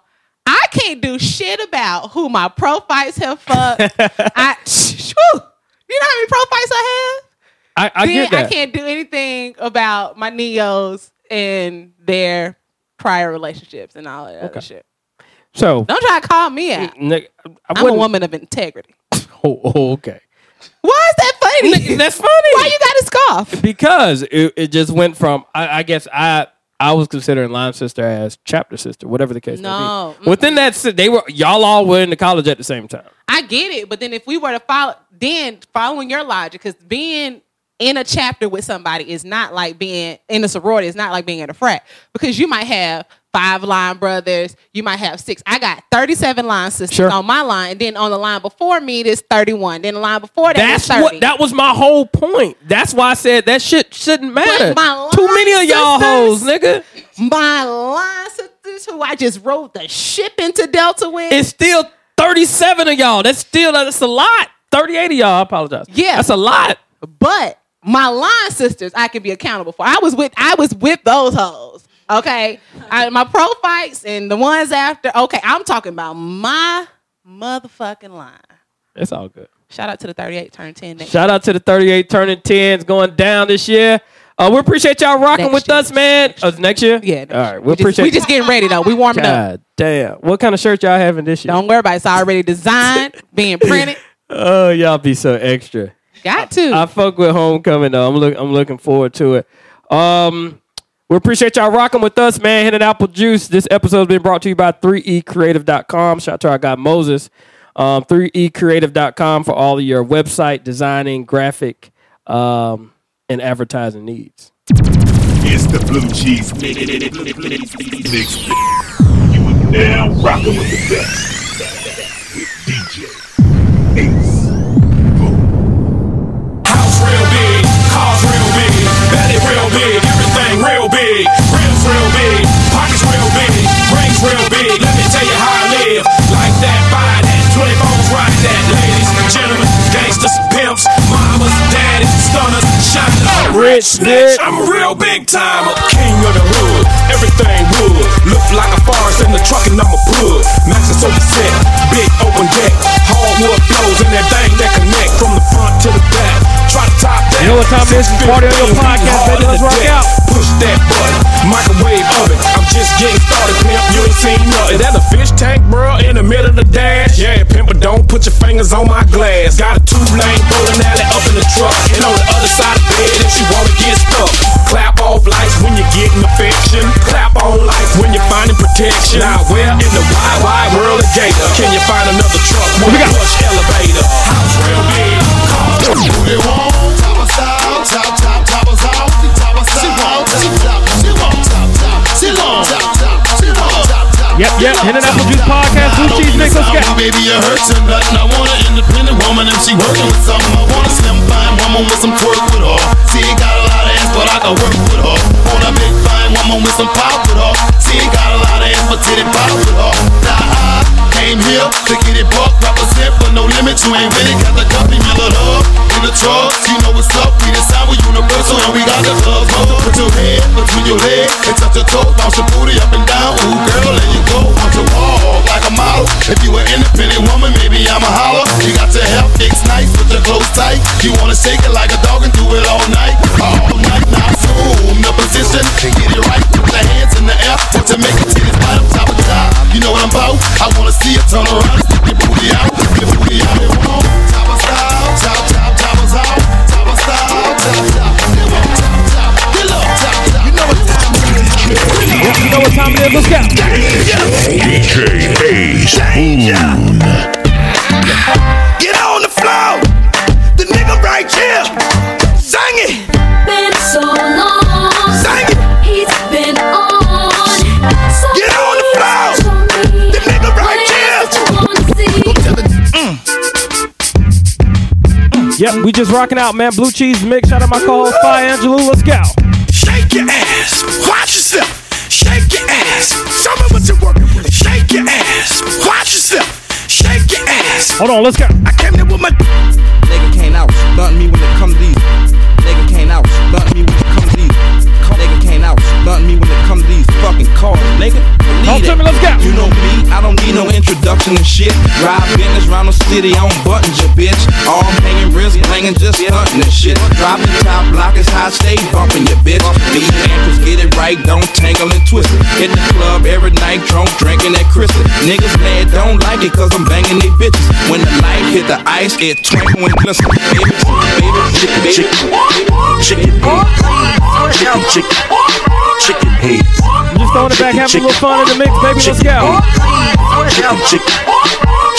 I can't do shit about who my pro fights *laughs* have fucked. I, whew, you know how many pro fights I have? I, I Then get that. I can't do anything about my neos and their prior relationships and all that other shit. so Don't try to call me out. nigga, I I'm a wouldn't. woman of integrity. Oh, oh, okay, Why is that funny? that's funny. Why you got a scarf? because it, it just went from I, I guess I I was considering Lime Sister as chapter sister, whatever the case No, may be. Within that, si- they were y'all all were in the college at the same time. I get it, but then if we were to follow, then following your logic, because being in a chapter with somebody is not like being in a sorority. It's not like being in a frat because you might have five line brothers. You might have six. I got thirty-seven line sisters Sure. on my line, and then on the line before me, there's thirty-one. Then the line before that, That's is thirty. what. That was my whole point. That's why I said that shit shouldn't matter. my Too many of y'all hoes, sisters- nigga. my line sisters who I just rode the ship into Delta with. It's still thirty-seven of y'all. That's still that's a lot. Thirty-eight of y'all. I apologize. Yeah. that's a lot. But my line sisters, I can be accountable for. I was with I was with those hoes. Okay, I, my pro fights and the ones after. Okay, I'm talking about my motherfucking line. It's all good. Shout out to the 38 turn 10 next. Shout out to the 38 turning 10s going down this year. Uh, we appreciate y'all rocking Next with year. us, man. Next, oh, next year? yeah, next All right. year. We, just- appreciate We just getting ready though. We warming up. God damn. What kind of shirt y'all having this year? Don't worry about it. It's already designed, being printed. Oh, y'all be so extra. Got to. I fuck with homecoming though. I'm look I'm looking forward to it. Um we appreciate y'all rocking with us, man. Hitting Apple Juice. This episode's been brought to you by e 3ecreative.com. Shout out to our guy Moses. Um, 3ecreative.com for all of your website designing, graphic, um, and advertising needs. It's the blue cheese mix. Mix. You are now rocking with the best. With DJ Ace. House real big, cars real big, belly real big, everything real big. Rims real big, pockets real big, rings real big. Let me tell you how I live. Like that, buy that, 24s ride that. Ladies, gentlemen, gangsters, pimps, mamas, daddies, stunners, shot up. Rich bitch, I'm a real big timer. King of the hood, everything wood. Look like a forest in the truck and I'm a pug. know what time it is. It's Party on your podcast, baby. Let's rock out. Push that button, microwave oven. I'm just getting started, pimp. You ain't seen nothing. That a fish tank, bro, in the middle of the dash. Yeah, pimp, but don't put your fingers on my glass. Got a two lane rolling alley up in the truck, and on the other side of bed if she wanna get stuck. Clap off lights when you're getting affection. Clap on lights when you're finding protection. Now where in the wide, wide world of Gator can you find another truck with a push elevator? House real big, car Yep, yep. Hidden Apple Juice Podcast, Blue Cheese, Nick, let's go. Baby, you're hurting, but I want an independent woman if she working with something. I want a slim, fine woman with some twerk with her. See, got a lot of ass, but I can work with her. Want a big, fine woman with some pop with her. See, got a lot of ass, but titty pop with her. Now I came here to get it booked, represent for no limit. You ain't really got the company, mill it up in the truck. You know what's up, we decide we're universal and we got the love. Put your head between your legs and touch your toes, bounce your booty up and down. Ooh, girl, there you go. Want to walk like a model. If you an independent woman, maybe I'm a holler. You got your hair fixed nice, put your clothes tight. You wanna shake it like a dog and do it all night, all night. Now assume the position and get it right. Put your hands in the air, want to make it to this bottom top of top. You know what I'm about? I wanna see you turn around, stick your booty out, your booty out. It won't top of style, top top top of style, top of style, top top. It won't top top, it won't top top. You know what time it is. Yep, you know what time it is. Let's go. DJ Ace Boone. Get on the floor. The nigga right here. Sing it. Been so long. Sing it. He's been on. So Get on the floor. The nigga right here. Mm. Yep, we just rocking out, man. Blue Cheese Mix. Shout out my co-host, Fire Angelou. Let's go. Shake your ass. Watch yourself. Shake your ass. Show me what you're working with. Shake your ass. Watch yourself. Shake your ass. Hold on, let's go. I came there with my. Nigga can't out, blunt me when it comes these. Nigga can't out, blunt me when it comes these. Nigga can't out, blunt me when it comes these fucking cars, nigga. Don't Believe tell it. me, let's go. You know me, I don't need no introduction and shit. Ride business round the city on buttons, your bitch. All hanging wrist, hanging just stunting and shit. Dropping top block is high, stay bumping your bitch. These anchors get it right, don't tangle and twist it. Hit the club every night, drunk, drinking that crystal. Niggas mad, don't like it, cause I'm banging they bitches. When the light hit the ice, it twinkle and glisten. Baby, baby, baby, Chicken baby. Ace. Chicken, chicken. Chicken Ace. I'm just throwing it back, having a little fun in the mix, baby. Let's go. Chicken, chicken.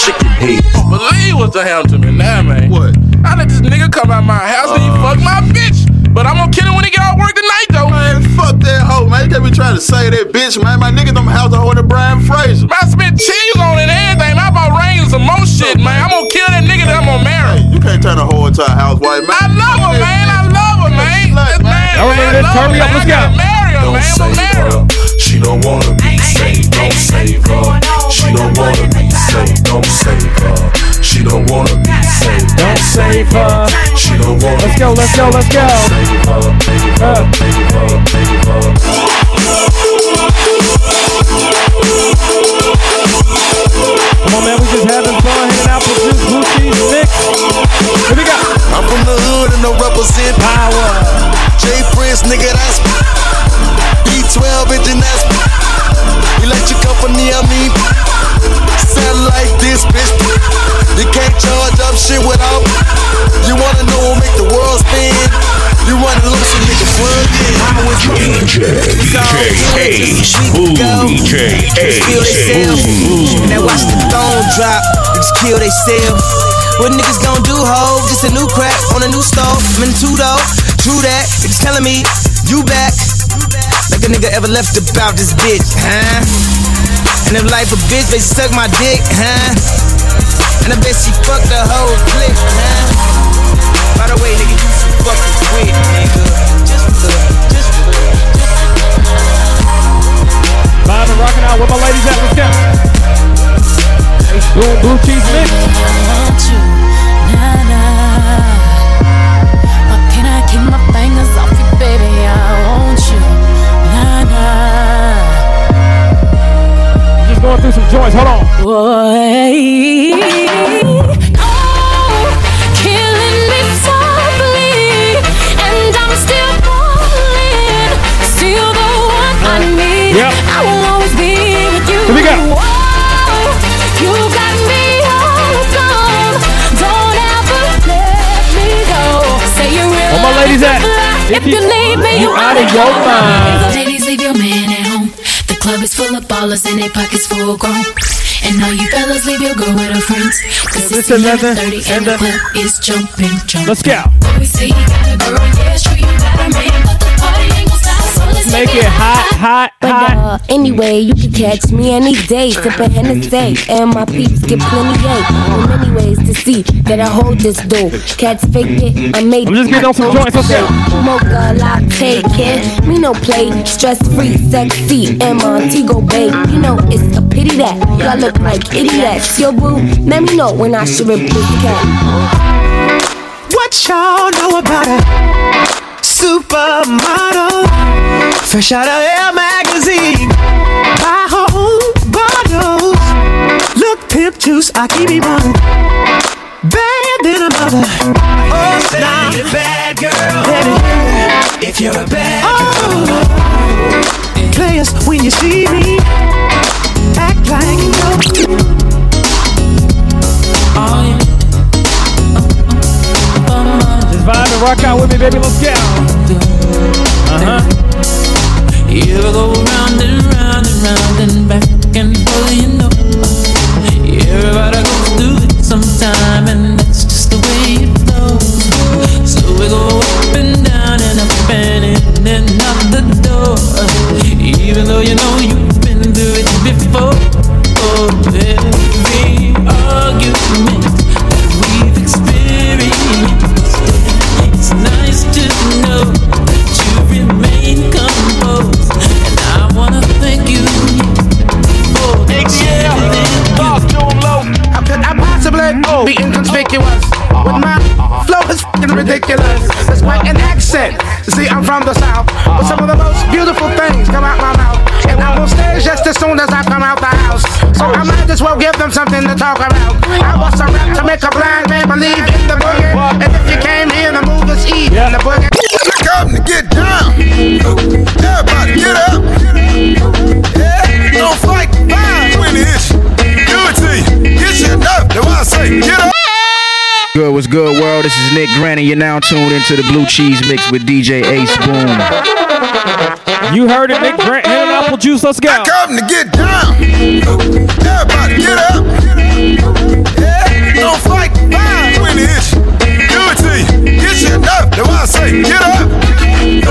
Chicken Ace. Believe what the hell to me now, man. What? Uh. I let this nigga come out my house and he fuck my bitch. But I'm gonna kill him when he get out work tonight, though. Man, fuck that hoe, man. You can't be trying to say that bitch, man. My niggas don't have to hold a Brian Fraser. I spent cheese on it and everything. man. I bought rings and more shit, man. I'm gonna kill that nigga that I'm gonna marry. You can't turn a hoe into a housewife, man. I love her, man. I love her, man. This man, Y'all remember man, this? love Turn her, me up. man. Let's I gotta go. Marry her, man. I'm gonna marry her. She don't wanna be saved, don't save her. She don't wanna be saved, don't save her. She don't wanna be saved, Don't save her. she don't wanna Let's go, let's go, let's go. save her, save her, save her, save her. Come on, man. We just having fun, hanging out with this Blue Cheese Mix. Here we go. I'm from the hood and I represent power. J Prince, nigga, that's B12 engine, that's electric company, I mean. Sound like this, bitch. You can't charge up shit without. You wanna know what make the world spin? You wanna loose and make it plug in. How is DJ, DJ Ace Boone. DJ Feel Ace theyself. Boone. Now watch the phone drop, they just kill theyself. What niggas gon' do, ho? Just a new crack on a new stove. I'm in two though, true that. Niggas telling me, you back. Like a nigga ever left about this bitch, huh? And if life a bitch, bitch suck my dick, huh? And I bet she fucked the whole clique, huh? By the way, nigga, you some fucking quit, nigga. Just for, just for, just for. Vibing, rocking out with my ladies at. Let's go. Ace Boone, Blue Cheese Mix. Just going through some joints. Hold on. Boy, oh, killing me softly. If you leave me, you out of your mind. Ladies, leave your man at home. The club is full of ballers and their pockets full grown. And all you fellas, leave your girl with her friends. Cause it's 11 30 and the club is jumping, jumping. Let's go. We say you got a girl, yeah, it's true, you got a man. But the party ain't gon' stop, so let's Make it hot, hot, but, hot. Uh, anyway, you can catch me any day, sipping Hennessy, and my peeps get plenty of Well, many ways to see that I hold this dough. Cats fake it, I made it. I'm just getting on some joints, okay. Mocha latte, kid. Me no play, stress free, sexy, and Montego Bay. You know it's a pity that y'all look like idiots. Yo, boo, let me know when I should rip this cat. What y'all know about a supermodel? Fresh out of Elle magazine, buy her own bottles. Look, pimp juice, I keep me one. Bad than a mother. Oh, nah. bad girl. Baby. If you're a bad girl. Players, when you see me, act like you know. Just vibe and rock out with me, baby. Let's go. Uh huh. Uh-huh. You go round and round and round and back and forth, you know. Everybody goes through it sometime, and that's just the way it flows. So we go up and down and up and in and out the door. Even though you know you've been through it before. Every argument that we've experienced, it's nice to know that you remain composed. And I wanna thank you for the cheering. How could I possibly be inconspicuous? With my flow is fing ridiculous. That's quite an accent. See, I'm from the south, but some of the most beautiful things come out my mouth, and I will stay just as soon as I come out the house. So I might as well give them something to talk about. I was a rap to make a blind man believe in the boogie, and if you came here, the move is eat the boogie. Look up and get down. Everybody get up. Yeah. Don't fight fine when it hits you. Do it to you. Get you enough. That's why I say get up. Good, what's good, world? This is Nick Granny. You're now tuned into the Blue Cheese Mix with DJ Ace Boom. You heard it, Nick Grant. Hit an apple juice. Let's go. Come to get down. Everybody get up. Yeah. Don't fight fine when it hits you. Do it to you. Get you enough. That's why I say get up. Uh,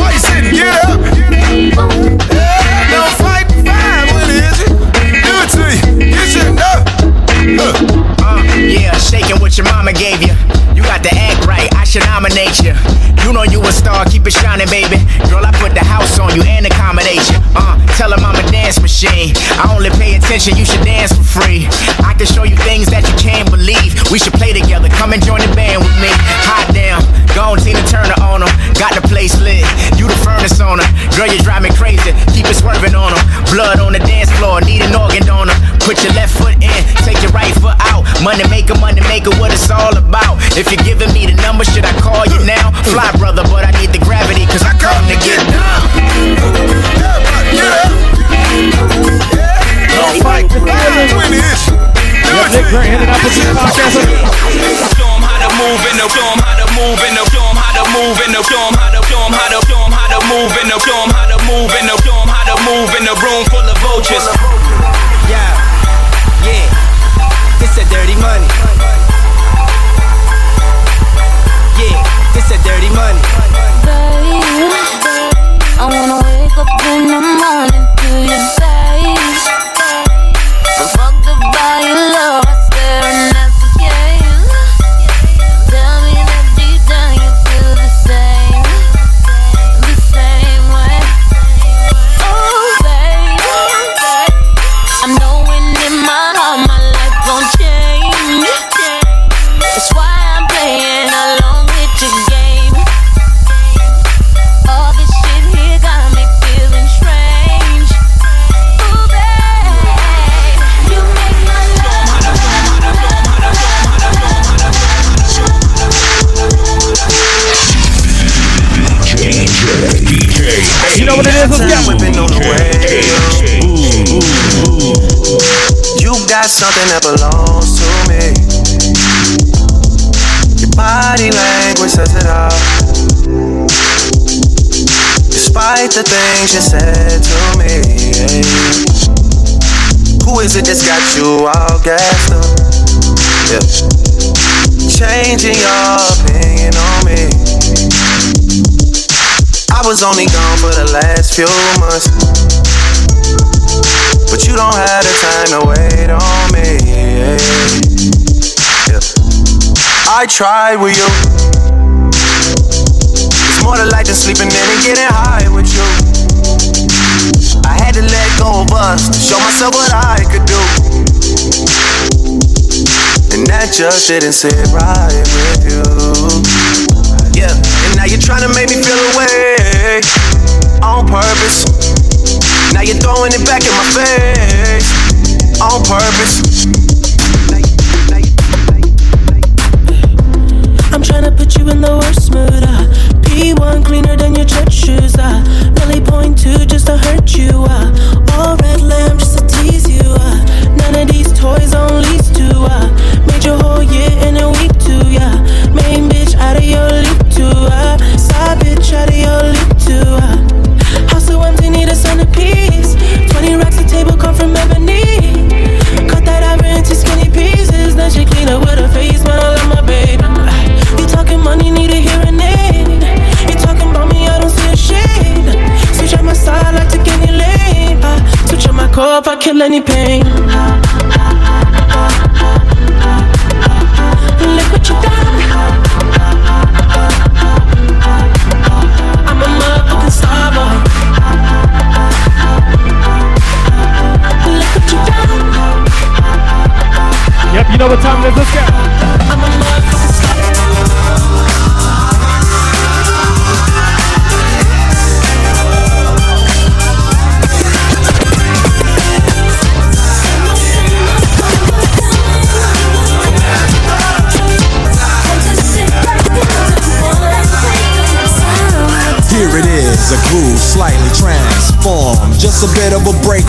Why you sitting? Get up. Yeah. Don't fight fine when it hits you. Do it to you. Get you enough. Uh, Uh, yeah, shaking what your mama gave you. You got to act right, I should nominate you. You know you a star, keep it shining, baby. Girl, I put the house on you and accommodation. Uh, tell them I'm a dance machine. I only pay attention, you should dance for free. I can show you things that you can't believe. We should play together, come and join the band with me. Hot damn, gone Tina Turner on them. Got the place lit, you the furnace on her. Girl, you drive me crazy, keep it swerving on them. Blood on the dance floor, need an organ donor. Put your left foot in, take your right foot out. Money maker, money maker, what it's all about. If you're giving me the number, should I call you now? Fly brother, but I need the gravity, cause I come to get down. Don't fight fine when it hits you. Do it to you. Get you enough. Show 'em how to move in the show 'em how to move in the show 'em how to move in the show 'em how to show 'em how to show 'em how to move in the show 'em how to move in the show 'em how to move in the room full of vultures. Yeah, yeah. This a dirty money. Yeah, this a dirty money. I wanna wake up in the morning to your face. So fuck goodbye, your love. I swear, and that's okay. Tell me that deep down you feel the same, the same way. Oh, baby, I'm knowing in my heart my life gon' change. That's why I'm playing along with your game. All this shit here got me feeling strange. Ooh, babe, you make my You know what it is? Let's go. You got something that belongs to me. Your body language says it all. Despite the things you said to me, who is it that's got you all gassed up? Yeah. Changing your opinion on me. I was only gone for the last few months, but you don't have the time to wait on me. Yeah. I tried with you. It's more than like just sleeping in and getting high with you. I had to let go of us to show myself what I could do. And that just didn't sit right with you. Yeah, and now you're trying to make me feel away on purpose. Now you're throwing it back in my face on purpose. I'm trying to put you in the worst mood. Uh. P1 cleaner than your church shoes. Uh. Really point two just to hurt you. Uh. All red lamp just to tease you. Uh. None of these toys on lease to. Uh. Made your whole year in a week too. Yeah. Main bitch out of your league too. Uh. Side bitch out of your league too. Uh. House so empty need a centerpiece. 20 racks a table come from ebony. Cut that ivory into skinny pieces. Then she clean up with her face. Smile on my baby. You talking money, need a hearing aid. You talking about me, I don't see a shade. Switch out my side, like to get any lane. I switch out my core if I kill any pain. Look what you done. I'm a motherfucking star boy. Look what you done. Yep, you know what time it is. Let's go. Here it is, a groove slightly transformed. Just a bit of a break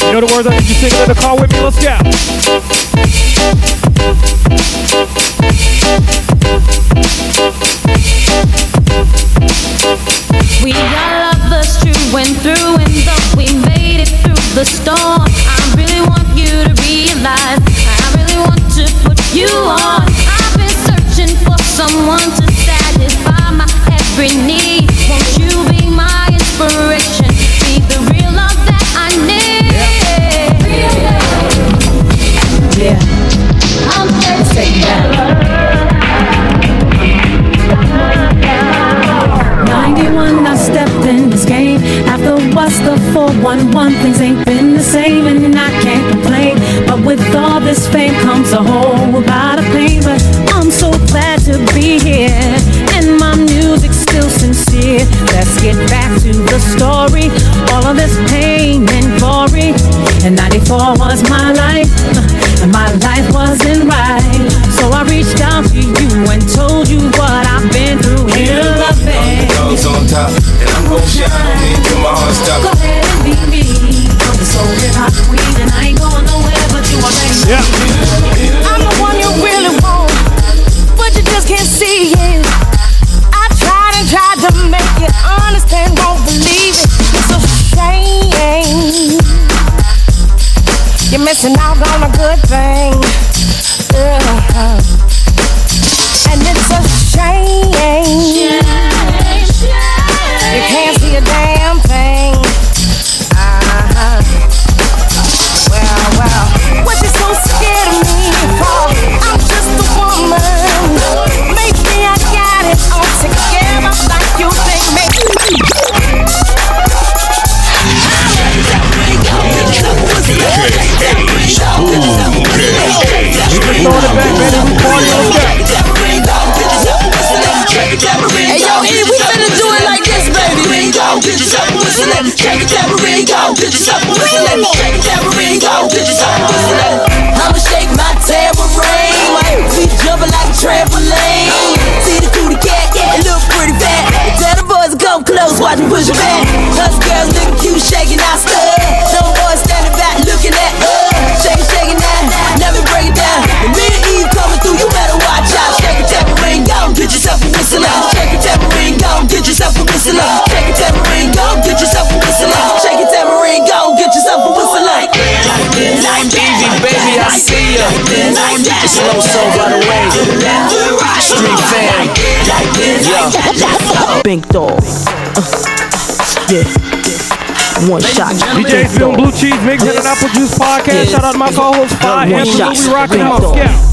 You know the words I need you singing in the car with me? Let's go. We are lovers true and through and though we made it through the storm I really want you to realize I really want to put you on I've been searching for someone to satisfy my every need Won't you be my inspiration Be the real love that I need Real love Yeah I'm here to take that 91, I stepped in this game. After what's the 411, things ain't been the same, and I can't complain. But with all this fame comes a whole lot of pain. But I'm so glad to be here, and my music's still sincere. Let's get back to the story. All of this pain and glory, and 94 was my life, and my life wasn't right. So I reached out to you and told you what I've been through. Here, love it. Dogs on top, and I'm gon' shine until my heart stops. Go ahead and be me. I'm the soul hip hop queen, and I ain't going nowhere but you already. Yeah. I'm the one you really want, but you just can't see it. I tried and tried to make you understand, won't believe it. It's a shame. You're missing out on a good thing. Yeah. And it's a shame. You can't see a damn thing. Uh-huh. Well, well. What you so scared of me for? I'm just a woman. Maybe I got it all together like you think. Maybe. E, Did you sign this today? I'ma shake my tambourine. See you jumping like a trampoline. See the cootie cat, yeah, it look pretty fat. Tell the boys to come close, watch me push it back. Us girls looking cute, shaking our stuff. Some boys standing back, looking at us. Shake, it, shaking that, never break it down. When me and Eve coming through, you better watch out. Shake a tambourine, go get yourself a whistle out. Shake a tambourine, go get yourself a whistle out. Shake a tambourine, go get yourself a whistle out. Shake a tambourine, go get yourself a whistle like Easy, baby, I see ya. Slow soul by the way. Street fan. Yeah. Big dog. Yeah. One shot. DJ Film Blue Cheese Mix and an Apple Juice Podcast. Shout out to my co-host Fly One Angela. shot. We rocking Big out. dog. Scout.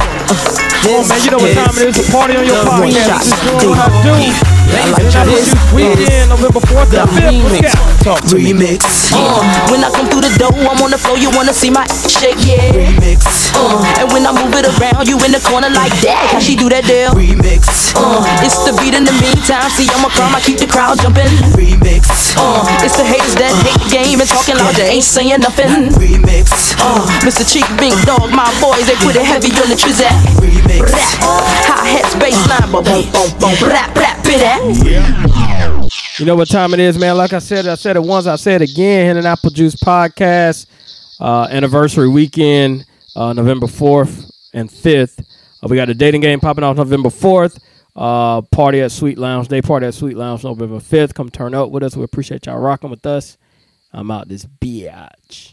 Come on, man. You know what time it is. A party on your One podcast. shot. This is Big doing what I do. And Apple Juice Weekend, November 4th The and 5th. Let's remix. go. Remix. Uh, when I come through the door, I'm on the floor. You wanna see my shake? Yeah. Remix. Uh, and when I move it around, you in the corner like that. How she do that deal? Remix. Uh, it's the beat in the meantime. See, I'm a crime. I keep the crowd jumping. Remix. Uh, it's the haters that hate the game and talking loud. They ain't saying nothing. Remix. Uh, Mr. Cheek, Big Dog, my boys, they put it heavy on the trees at. Remix. High hats, baseline, but boom, boom, boom, rap, rap, it at. You know what time it is, man. Like I said, I said it once, I said it again. Hen and Apple Juice Podcast, uh, anniversary weekend, uh, November 4th and 5th. Uh, we got a dating game popping off November 4th. Uh, party at Sweet Lounge, day party at Sweet Lounge, November 5th. Come turn up with us. We appreciate y'all rocking with us. I'm out this biatch.